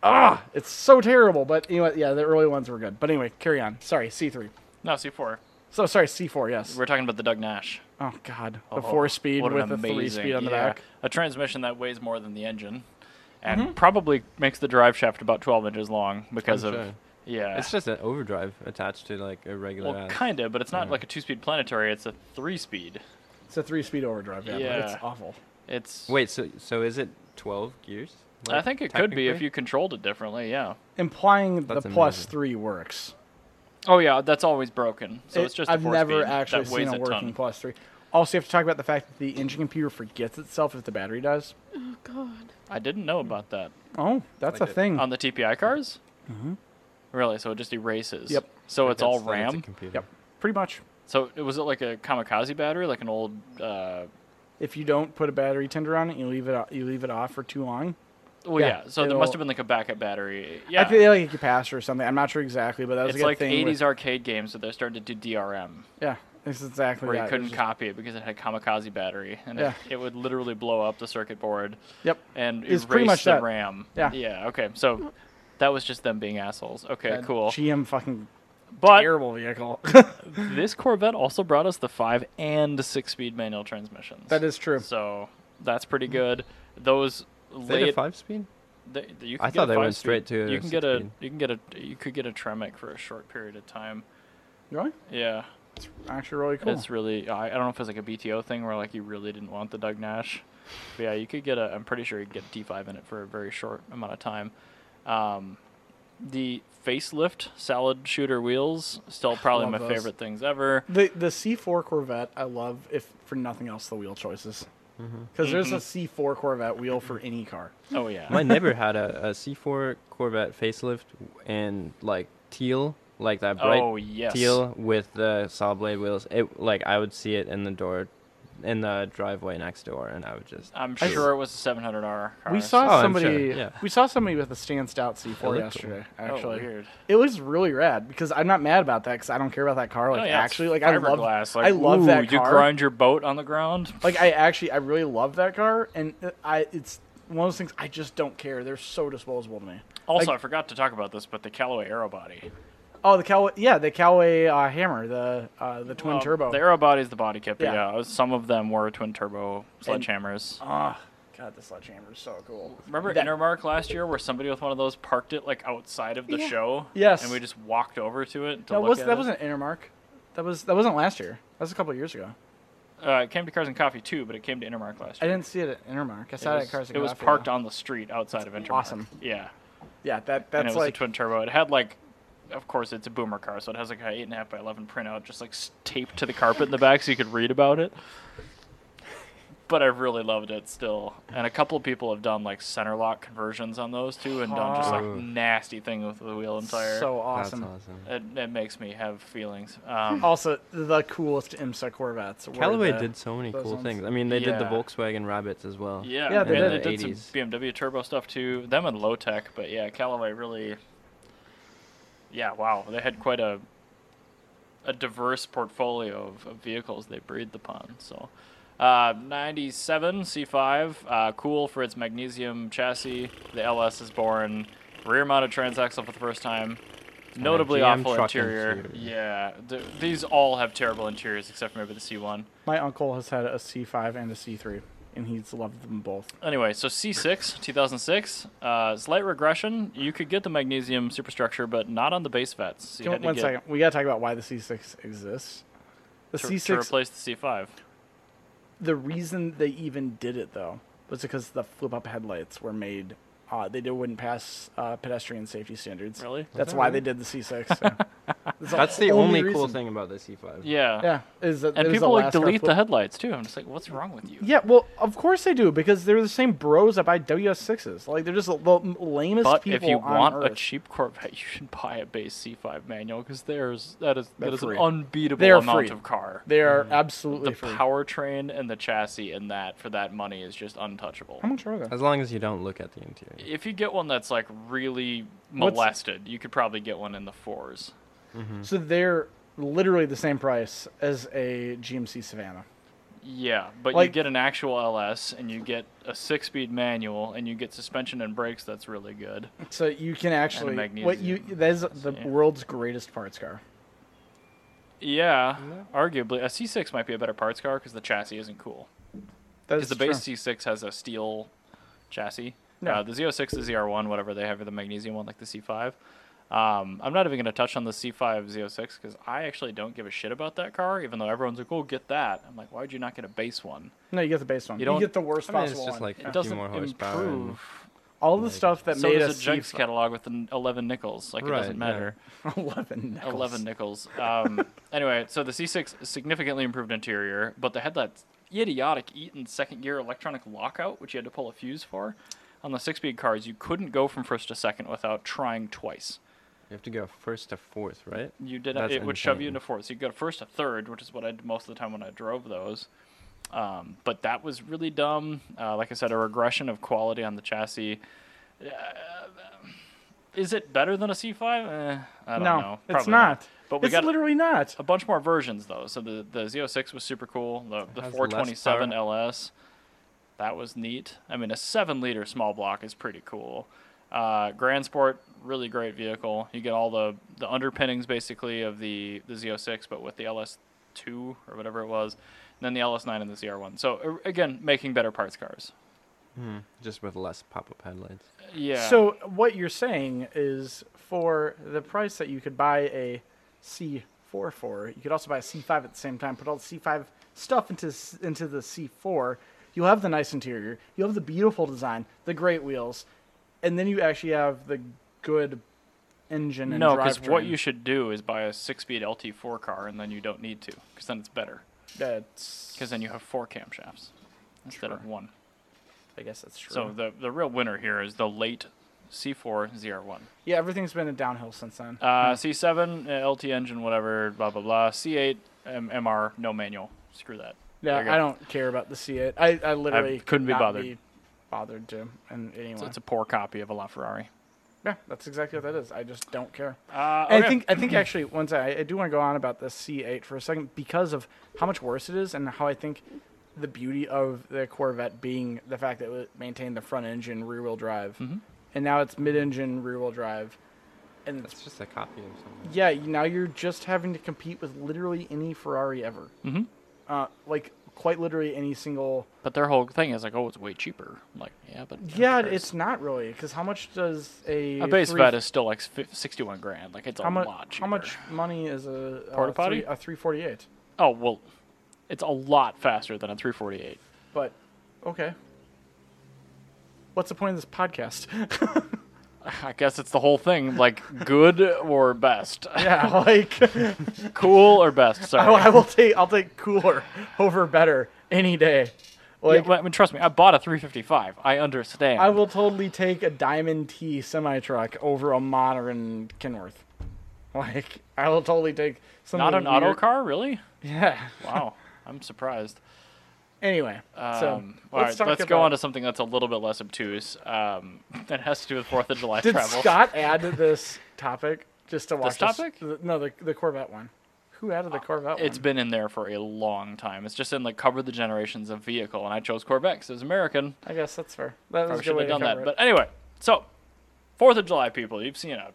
S1: Ah, it's so terrible. But anyway, yeah, the early ones were good. But anyway, carry on. Sorry, C3.
S2: No, C4.
S1: So sorry, C4. Yes.
S2: We're talking about the Doug Nash.
S1: Oh God, the
S2: Oh,
S1: four-speed
S2: what an
S1: with a
S2: amazing-
S1: three-speed on the
S2: yeah,
S1: back.
S2: A transmission that weighs more than the engine, and probably makes the drive shaft about 12 inches long because
S4: I'm
S2: of
S4: sure.
S2: yeah.
S4: It's just an overdrive attached to like a regular.
S2: Mm. well,
S4: ass.
S2: kind of, but it's not like a two-speed planetary. It's a three-speed.
S1: It's a three-speed overdrive. Yeah, but
S2: Yeah.
S1: it's awful.
S2: It's
S4: Wait, so so is it twelve gears?
S2: I
S4: Like,
S2: think it could be if
S4: technically?
S2: you controlled it differently. Yeah.
S1: Implying
S4: That's
S1: the plus
S4: amazing.
S1: three works.
S2: Oh yeah, that's always broken. So
S1: It-
S2: it's just a
S1: I've never
S2: four-speed
S1: actually
S2: that weighs
S1: seen a working
S2: ton.
S1: plus three. Also, you have to talk about the fact that the engine computer forgets itself if the battery dies.
S3: Oh God.
S2: I didn't know about that.
S1: Oh, that's
S4: Like
S1: a
S4: it-
S1: thing.
S2: On the TPI cars? Hmm. Mm-hmm. Really? So it just erases?
S1: Yep.
S2: So it's all
S4: That's- that's a
S2: RAM?
S4: computer.
S1: yep, pretty much.
S2: So it- was it like a kamikaze battery, like an old... Uh,
S1: If you don't put a battery tender on it, you leave it o- you leave it off for too long.
S2: well,
S1: Yeah,
S2: yeah. So there must
S1: it'll-
S2: have been like a backup battery.
S1: I
S2: Yeah.
S1: feel like a capacitor or something. I'm not sure exactly, but that was
S2: it's
S1: a good
S2: like
S1: thing.
S2: 80s
S1: with-
S2: arcade games where they're starting to do DRM,
S1: yeah, it's exactly
S2: where
S1: that.
S2: you
S1: It
S2: couldn't
S1: was just-
S2: copy it because it had kamikaze battery, and
S1: Yeah.
S2: it, it would literally blow up the circuit board
S1: Yep.
S2: and
S1: It's
S2: erase
S1: pretty much
S2: the
S1: that.
S2: RAM.
S1: Yeah.
S2: Yeah. Okay. So that was just them being assholes. Okay.
S1: That
S2: cool.
S1: GM fucking
S2: But
S1: terrible vehicle.
S2: this Corvette also brought us the five and six-speed manual transmissions.
S1: that is true.
S2: So that's pretty good. Those
S4: Is it a
S2: late,
S4: five speed?
S2: they- they- you
S4: I
S2: can get
S4: thought
S2: a
S4: they went
S2: five-speed.
S4: straight to
S2: You
S4: a
S2: can get a
S4: six-speed.
S2: you can get a you could get a Tremec for a short period of time.
S1: Really?
S2: Yeah,
S1: Actually, really cool.
S2: it's really I, I don't know if it's like a BTO thing where like you really didn't want the Doug Nash, but yeah, you could get a. I'm pretty sure you could get D5 in it for a very short amount of time. Um, the facelift salad shooter wheels still probably
S1: Love
S2: my
S1: those.
S2: favorite things ever.
S1: The the C4 Corvette I love if for nothing else the wheel choices.
S4: Mm-hmm.
S1: Because there's a
S2: Mm-hmm.
S1: C4 Corvette wheel for any car.
S2: Oh yeah.
S4: My neighbor had a, a C4 Corvette facelift and like teal, like that bright
S2: oh yes.
S4: teal with the saw blade wheels. It like I would see it in the door, in the driveway next door, and I would just.
S2: I'm
S1: I-
S2: sure it was a 700R car.
S1: We saw
S4: Oh, I'm sure,
S1: somebody
S4: yeah.
S1: we saw somebody with a stanced out C4
S4: cool.
S1: yesterday
S2: Oh,
S1: actually.
S2: weird.
S1: It was really rad because I'm not mad about that because I don't care about that car. Like
S2: oh, yeah, it's
S1: actually, like I love,
S2: fiberglass,
S1: I love
S2: ooh,
S1: that
S2: You
S1: car.
S2: grind your boat on the ground.
S1: like I actually, I really love that car, and uh, I it's one of those things I just don't care. They're so disposable to me.
S2: Also,
S1: Like-
S2: I forgot to talk about this, but the Callaway Aerobody.
S1: Oh, the Cal, yeah, the Callaway uh, Hammer, the uh, the twin
S2: Well,
S1: turbo.
S2: Um, The Aerobody is the body kit, but
S1: Yeah.
S2: yeah. some of them were twin turbo sledgehammers.
S1: Ah, God, the sledgehammer is so cool.
S2: Remember
S1: that-
S2: Intermark last year, where somebody with one of those parked it like outside of the
S3: Yeah.
S2: show?
S1: Yes.
S2: and we just walked over to it to
S1: That
S2: look
S1: was
S2: at
S1: that
S2: it.
S1: wasn't Intermark. That was that wasn't last year. That was a couple of years ago.
S2: Uh, it came to Cars and Coffee too, but it came to Intermark last
S1: I
S2: year.
S1: didn't see it at Intermark. I saw
S2: it
S1: it,
S2: was,
S1: at Cars. and
S2: it was
S1: Coffee.
S2: parked on the street outside of Intermark.
S1: Awesome.
S2: Yeah,
S1: Yeah, that
S2: and it
S1: that's
S2: was a
S1: like
S2: twin turbo. It had like, of course, it's a boomer car, so it has like an eight and a half by eleven printout, just like s- taped to the carpet in the back, so you could read about it. But I really loved it still, and a couple of people have done like center lock conversions on those too, and done just like
S4: Oh.
S2: nasty thing with the wheel and tire.
S1: so
S4: That's
S1: awesome.
S4: awesome.
S2: it, it makes me have feelings. Um,
S1: Also, the coolest IMSA Corvettes. were
S4: Callaway
S1: the-
S4: did so many
S1: those
S4: cool
S1: ones.
S4: things. I mean, they did the
S2: Yeah.
S4: Volkswagen Rabbits as well.
S2: Yeah,
S1: Yeah,
S2: yeah,
S1: they
S2: they,
S1: did.
S2: did,
S4: In the
S2: some BMW turbo stuff too. Them and low tech, but yeah, Callaway really. Yeah, wow, they had quite a a diverse portfolio of, of vehicles they breathed upon. So, uh, 97 C5, uh, cool for its magnesium chassis. The LS is born rear mounted transaxle for the first time. Notably
S4: GM
S2: awful
S4: truck
S2: interior.
S4: interior.
S2: Yeah, th- these all have terrible interiors except for maybe the C1.
S1: My uncle has had a C5 and a C3, and he's loved them both.
S2: Anyway, so C6, 2006, uh, slight regression. You could get the magnesium superstructure, but not on the base vets. So you
S1: One
S2: had
S1: second,
S2: to get
S1: we gotta talk about why the C6 exists. The
S2: to, to
S1: C6,
S2: replace the C5.
S1: the reason they even did it though was because the flip-up headlights were made. Uh, they did, wouldn't pass uh, pedestrian safety standards.
S2: Really?
S1: That's
S4: that
S1: why
S4: really?
S1: they did the C6. so. That's,
S4: That's the only, cool
S1: reason.
S4: thing about the C5.
S2: Yeah.
S1: Yeah, is that
S2: And
S1: it was the
S2: people like
S1: last car
S2: delete the
S1: flip-
S2: headlights too. I'm just like, what's wrong with you?
S1: Yeah, well, of course they do because they're the same bros that buy WS6s. Like they're just the l- lamest
S2: But
S1: people
S2: if you
S1: on
S2: want
S1: Earth.
S2: a cheap Corvette, you should buy a base C5 manual because there's that is
S1: They're
S2: that is
S1: free.
S2: an unbeatable
S1: They're
S2: amount
S1: free.
S2: of car.
S1: they are absolutely
S2: Mm. the
S1: free.
S2: powertrain and the chassis in that for that money is just untouchable.
S1: How much are they?
S4: As long as you don't look at the interior.
S2: If you get one that's like really
S1: What's-
S2: molested, you could probably get one in the fours.
S4: Mm.
S1: So they're literally the same price as a GMC Savannah.
S2: Yeah, but
S1: Like-
S2: you get an actual LS and you get a six-speed manual and you get suspension and brakes that's really good.
S1: So you can actually what you
S2: magnesium.
S1: that is the
S2: Yeah.
S1: world's greatest parts car.
S2: Yeah, arguably a C6 might be a better parts car because the chassis isn't cool.
S1: That's
S2: Because the base C6 has a steel chassis.
S1: Yeah.
S2: Uh, the Z06, the ZR1, whatever they have, or the magnesium one, like the C5. Um, I'm not even going to touch on the C5 Z06 because I actually don't give a shit about that car, even though everyone's like, oh, get that. I'm like, why would you not get a base one?
S1: No, you get the base one.
S2: You
S1: You,
S2: don't-
S1: get the worst
S4: I mean, it's
S1: possible
S4: just
S1: one.
S4: like
S1: Yeah.
S2: It
S4: 50
S2: doesn't
S4: more horsepower. and-
S2: improve.
S1: all the
S4: like-
S1: stuff that
S2: So
S1: made
S2: does
S1: us
S2: the Jenks
S1: C-
S2: catalog with an 11 nickels. Like,
S4: Right,
S2: it doesn't
S4: yeah.
S2: matter.
S1: eleven. Nickels.
S2: 11 nickels. Um, anyway, so the C6 significantly improved interior, but they had that idiotic Eaton second gear electronic lockout, which you had to pull a fuse for. On the six speed cars, you couldn't go from first to second without trying twice.
S4: You have to go first to fourth, right?
S2: You did
S4: That's
S2: it would shove you
S4: insane.
S2: into fourth. So you go first to third, which is what I did most of the time when I drove those. Um, but that was really dumb. Uh, like I said, a regression of quality on the chassis. Uh, is it better than a C5? Eh, I don't
S1: No,
S2: know.
S1: it's
S2: Probably
S1: not.
S2: But we
S1: It's
S2: got
S1: literally not.
S2: a bunch more versions though. So the the Z06 was super cool. The the
S4: has less
S2: 427
S4: power.
S2: LS, that was neat. I mean, a seven liter small block is pretty cool. Uh, Grand Sport, really great vehicle. You get all the the underpinnings basically of the the Z06, but with the LS2 or whatever it was, and then the LS9 and the ZR1. So uh, again, making better parts cars.
S4: Just with less pop-up headlights.
S2: Yeah.
S1: So what you're saying is, for the price that you could buy a C4 for, you could also buy a C5 at the same time. Put all the C5 stuff into s- into the C4. You'll have the nice interior. You'll have the beautiful design, the great wheels, and then you actually have the good engine and
S2: No, because
S1: because
S2: what you should do is buy a six-speed LT4 car, and then you don't need to, because then it's better.
S1: that's
S2: Because then you have four camshafts instead of one.
S1: I guess that's true.
S2: So the the real winner here is the late C4 ZR1.
S1: yeah, everything's been a downhill since then.
S2: Uh, C7 uh, LT engine, whatever, blah blah blah. C8 M- MR, no manual. Screw that.
S1: yeah,
S2: there you go.
S1: I don't care about the see it. I, I literally could
S2: couldn't be
S1: not
S2: bothered.
S1: Be bothered to in any
S2: So
S1: way.
S2: it's a poor copy of a LaFerrari.
S1: yeah, that's exactly what that is. I just don't care. Oh,
S2: Uh,
S1: And
S2: okay.
S1: I think I think actually once I, I do want to go on about the C8 for a second because of how much worse it is and how I think the beauty of the Corvette being the fact that it maintained the front engine rear wheel drive, and now it's mid engine rear wheel drive, and it's,
S4: It's just a copy of something.
S1: yeah you- now you're just having to compete with literally any Ferrari ever, mm-hmm. uh, like quite literally any single.
S2: But their whole thing is like, oh, it's way cheaper. I'm like, yeah, but who
S1: Yeah,
S2: cares?
S1: it's not really because how much does a
S2: a base
S1: three-
S2: vet is still like fif- 61 grand. Like it's
S1: how
S2: a
S1: much
S2: lot cheaper.
S1: how much money is a uh,
S2: Porta potty?
S1: three- a three forty eight,
S2: Oh well, it's a lot faster than a 348.
S1: but okay. What's the point of this podcast?
S2: I guess it's the whole thing, like good or best,
S1: yeah, like
S2: cool or best. Sorry.
S1: I, I will take I'll take cooler over better any day.
S2: Yeah,
S1: Like
S2: well, I mean, trust me, I bought a 355. I understand.
S1: I will totally take a Diamond T semi truck over a modern Kenworth. Like I will totally take some
S2: Not
S1: of
S2: an
S1: the
S2: auto
S1: weird-
S2: car, really?
S1: Yeah.
S2: Wow, I'm surprised.
S1: Anyway,
S2: Um,
S1: so
S2: all
S1: let's
S2: right,
S1: talk
S2: let's go
S1: about-
S2: on to something that's a little bit less obtuse. Um, that has to do with Fourth of July
S1: Did
S2: travel.
S1: Scott add this topic just to watch us-
S2: topic? Uh,
S1: th- no, the the Corvette one. Who added the Corvette one?
S2: It's been in there for a long time. It's just in like cover the generations of vehicle, and I chose Corvette 'cause it's American.
S1: I guess that's fair. That was
S2: Probably
S1: a good
S2: should
S1: way
S2: have
S1: to
S2: done that.
S1: cover it.
S2: But anyway, so Fourth of July people, you've seen a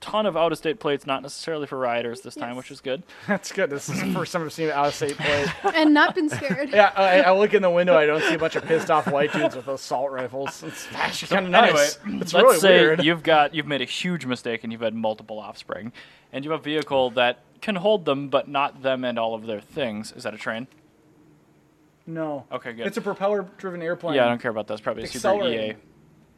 S2: ton of out of state plates, not necessarily for rioters this time,
S3: Yes.
S2: which is good.
S1: That's good. This is the first time I've seen an out of state play.
S3: and not been scared.
S1: yeah, I, I look in the window. I don't see a bunch of pissed off white dudes with assault rifles. It's actually kind of nice.
S2: Anyway,
S1: it's
S2: let's
S1: really
S2: say
S1: weird.
S2: you've got you've made a huge mistake and you've had multiple offspring, and you have a vehicle that can hold them, but not them and all of their things. Is that a train?
S1: no.
S2: Okay, good.
S1: It's a propeller-driven airplane.
S2: Yeah, I don't care about that. It's probably a Super EA.
S1: Accelerating.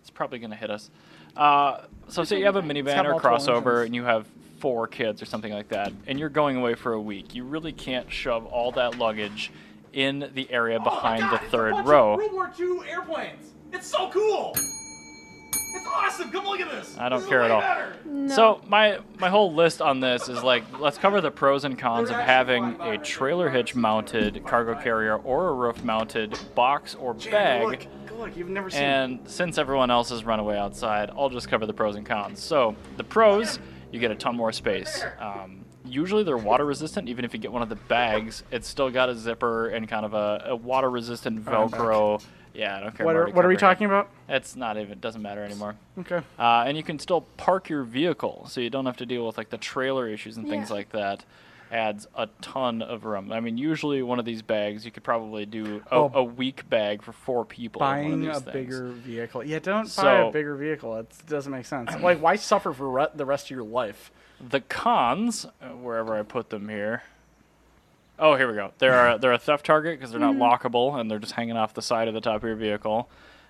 S2: It's probably going to hit us. Uh, so, say you have a minivan
S1: got
S2: or
S1: multiple
S2: crossover
S1: engines.
S2: and you have four kids or something like that, and you're going away for a week. You really can't shove all that luggage in the area
S1: Oh
S2: behind the third row.
S1: War II airplanes. It's so cool. It's awesome. Come look at this.
S2: I don't care at all. So my my whole list on this is like let's cover the pros and cons of having a trailer hitch mounted cargo carrier or a roof mounted box or bag.
S1: Look, look, you've never seen.
S2: And since everyone else has run away outside, I'll just cover the pros and cons. So the pros, you get a ton more space. Um, usually they're water resistant. Even if you get one of the bags, it's still got a zipper and kind of a, a water resistant
S1: I'm back.
S2: Velcro. Yeah, I don't care.
S1: what are, what are we talking about?
S2: about? It's not even. It doesn't matter anymore.
S1: Okay.
S2: Uh, and you can still park your vehicle, so you don't have to deal with like the trailer issues and things
S3: Yeah.
S2: like that. Adds a ton of room. I mean, usually one of these bags you could probably do a,
S1: Oh.
S2: a week bag for four people. in one of
S1: Buying
S2: these
S1: a
S2: things.
S1: bigger vehicle. Yeah, don't buy a
S2: So-
S1: bigger vehicle. It doesn't make sense. Like, why suffer for re- the rest of your life?
S2: The cons, uh, wherever I put them here. Oh, here we go. They're a, they're a theft target because they're not lockable and they're just hanging off the side of the top of your vehicle.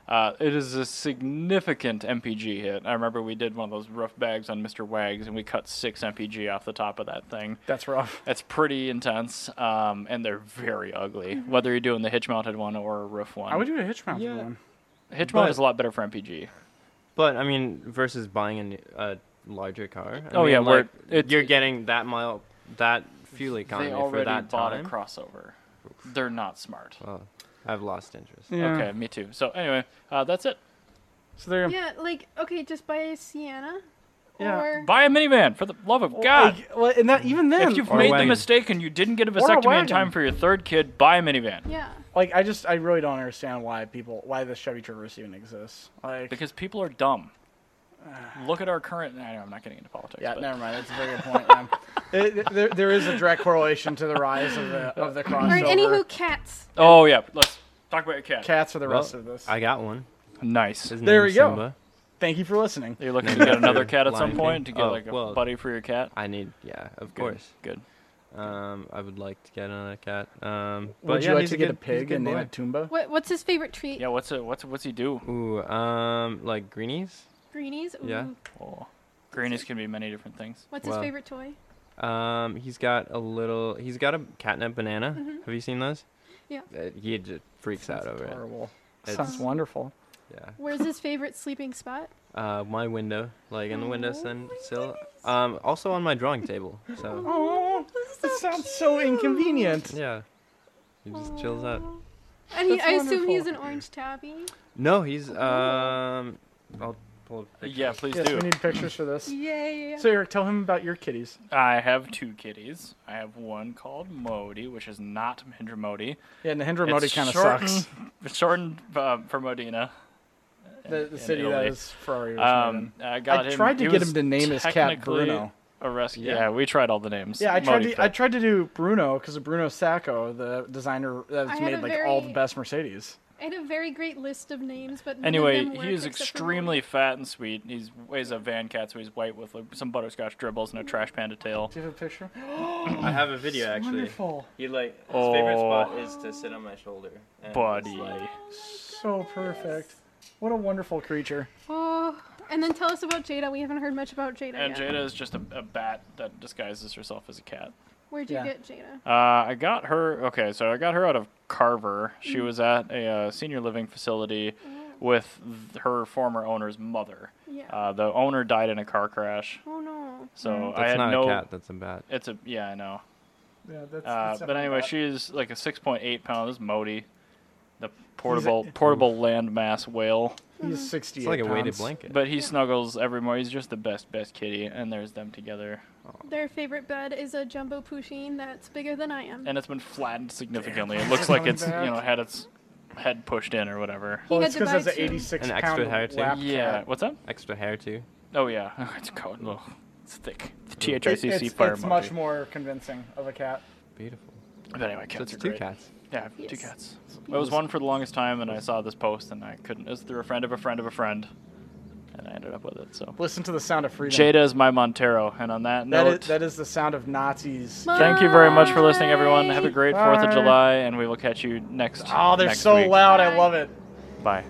S2: Uh, it is a significant MPG hit. I remember we did one of those rough bags on Mr. Wags and we cut six MPG off the top of that thing.
S1: That's rough.
S2: It's pretty intense, um, and they're very ugly. Whether you're doing the hitch mounted one or a roof one,
S1: I would do a hitch mount
S4: Yeah.
S1: one.
S2: hitch mount
S4: but-
S2: is a lot better for MPG.
S4: But I mean, versus buying a, new, a larger car. I
S2: Oh,
S4: mean,
S2: yeah, we're-
S4: like,
S2: it's-
S4: you're getting that mile, that fuel economy
S2: They already
S4: for that
S2: bought
S4: time.
S2: a crossover. They're not smart.
S4: Oh, I've lost interest.
S1: Yeah.
S2: Okay, me too. So anyway, uh, that's it.
S1: So there.
S3: Yeah, like okay, just buy a Sienna.
S1: Yeah.
S3: Or
S2: Buy a minivan for the love of God.
S1: Like, well, and that even then,
S2: if you've
S4: Or a
S2: made the
S4: wagon.
S2: mistake and you didn't get a
S1: a
S2: vasectomy in
S1: wagon.
S2: time for your third kid, buy a minivan.
S3: yeah.
S1: like, I just, I really don't understand why people, why the Chevy Traverse even exists. Like,
S2: Because people are dumb. Look at our current. I know I'm not getting into politics.
S1: yeah,
S2: but
S1: never mind. That's a very good point. Man. It- there, there is a direct correlation to the rise of the of the
S3: Or
S1: crossover.
S3: anywho, cats.
S2: Oh yeah, let's talk about your cat.
S1: Cats for the
S4: Well,
S1: rest of this.
S4: I got one.
S2: Nice.
S4: His
S1: There
S4: name's
S1: we go.
S4: Simba.
S1: Thank you for listening.
S2: You're looking to get another
S4: Or
S2: cat at some
S4: Lion
S2: point to
S4: King.
S2: get
S4: Oh,
S2: like a
S4: well,
S2: buddy for your cat.
S4: I need, yeah, of
S2: Good,
S4: course.
S2: Good.
S4: Um, I would like to get another cat. Um, but
S1: Would
S4: yeah,
S1: you like
S4: he's
S1: to
S4: a
S1: get a
S4: good- he's
S1: pig
S4: good
S1: and name
S4: boy.
S1: it Tumba?
S3: What what's his favorite treat?
S2: Yeah. What's it? What's what's he do?
S4: Ooh, um, like greenies.
S3: Greenies. Ooh.
S4: Yeah.
S2: Oh. Greenies can be many different things.
S3: What's
S4: Wow.
S3: his favorite toy?
S4: Um, he's got a little. He's got a catnip banana. Have you seen those?
S3: Yeah.
S4: Uh, he just freaks out over
S1: Adorable.
S4: It's-
S1: Sounds wonderful.
S4: it. Yeah.
S3: Where's his favorite sleeping spot?
S4: Uh, my window, like in the window
S3: Oh,
S4: sin-
S3: my
S4: sill. Um, also on my drawing table. So
S1: Oh, that sounds so inconvenient.
S4: yeah, he just chills out.
S3: Aw. And he,
S1: That's
S3: I assume he's
S1: wonderful.
S3: an orange tabby.
S4: No, he's
S3: Oh.
S4: um. I'll pull. A picture.
S2: Yeah, please
S1: Yes,
S2: do.
S1: we need pictures for this.
S3: Yay.
S1: So Eric, tell him about your kitties.
S2: I have two kitties. I have one called Modi, which is not Mahindra Modi.
S1: Yeah, and the Hinder Modi
S2: It's
S1: kind of
S2: shortened-
S1: sucks.
S2: It's shortened uh, for Modena.
S1: The,
S2: in
S1: the city that
S2: Italy.
S1: is Ferrari. was made in.
S2: Um, I got
S1: I
S2: him-
S1: tried to
S2: he
S1: get
S2: was
S1: him to name his cat
S2: technically
S1: Bruno.
S2: A rescue.
S4: Yeah.
S2: Yeah. we tried all the names.
S1: Yeah, I tried.
S2: Modi
S1: To, I
S2: fit.
S1: tried to do Bruno because of Bruno Sacco, the designer
S3: I
S1: that's
S3: had
S1: made
S3: a
S1: like all the
S3: very-
S1: best Mercedes.
S3: I had a very great list of names, but none of
S2: Anyway,
S3: them work
S2: he is
S3: except for
S2: extremely fat and sweet. He's weighs a van cat, so he's white with like, some butterscotch dribbles and a trash panda tail.
S1: Do you have a picture?
S4: I have a video actually.
S1: Wonderful.
S4: He like his
S2: favorite spot
S4: is to sit on my shoulder.
S2: Oh. Buddy.
S1: So perfect. What a wonderful creature.
S3: Oh, and then tell us about Jada. We haven't heard much about Jada
S2: And
S3: yet.
S2: Jada is just a, a bat that disguises herself as a cat.
S3: Where'd you
S1: Yeah.
S3: get Jada?
S2: Uh, I got her. Okay, so I got her out of Carver. She was at a uh, senior living facility with th- her former owner's mother.
S3: Yeah.
S2: Uh, the owner died in a car crash,
S3: oh no.
S2: so I
S4: That's
S2: had
S4: not
S2: no.
S4: a cat. That's a bat.
S2: It's a yeah, I know.
S1: Yeah, that's.
S2: Uh, but anyway, she's like a 6.8 pound. This is Modi, the portable
S1: He's
S2: portable landmass whale.
S3: Mm-hmm.
S1: he's sixty.
S4: It's like a weighted blanket.
S2: But he snuggles every morning. He's just the best best kitty, and there's them together.
S3: Their favorite bed is a jumbo Pusheen that's bigger than I am.
S2: And it's been flattened significantly. It looks like
S1: coming
S2: it's you know
S1: back.
S2: had its head pushed in or whatever.
S1: Well,
S3: He
S1: it's
S3: had
S1: because it's
S3: to buy
S1: an
S3: two.
S1: eighty-six
S4: An
S1: pound
S4: extra hair, too.
S1: lap
S2: Yeah,
S1: cat.
S2: what's that?
S4: Extra hair too.
S2: Oh yeah, Oh, it's called oh, it's thick. The
S1: It-
S2: THRCC
S1: it's,
S2: fire
S1: it's
S2: emoji.
S1: much more convincing of a cat.
S4: Beautiful.
S2: But anyway, cats
S4: So it's
S2: are
S4: two
S2: great.
S4: cats.
S2: Yeah, two
S3: Yes.
S2: cats. It was one for the longest time, and I saw this post, and I couldn't. It was through a friend of a friend of a friend, and I ended up with it. So
S1: Listen to the sound of freedom.
S2: Jada is my Montero, and on that
S1: That
S2: note,
S1: is, that is the sound of Nazis.
S2: thank you very much for listening, everyone. Have a
S3: Bye.
S2: great Fourth of
S1: Bye.
S2: July, and we will catch you next.
S1: Oh, they're
S2: next
S1: so
S2: week.
S1: loud. I
S3: Bye.
S1: love it.
S2: Bye.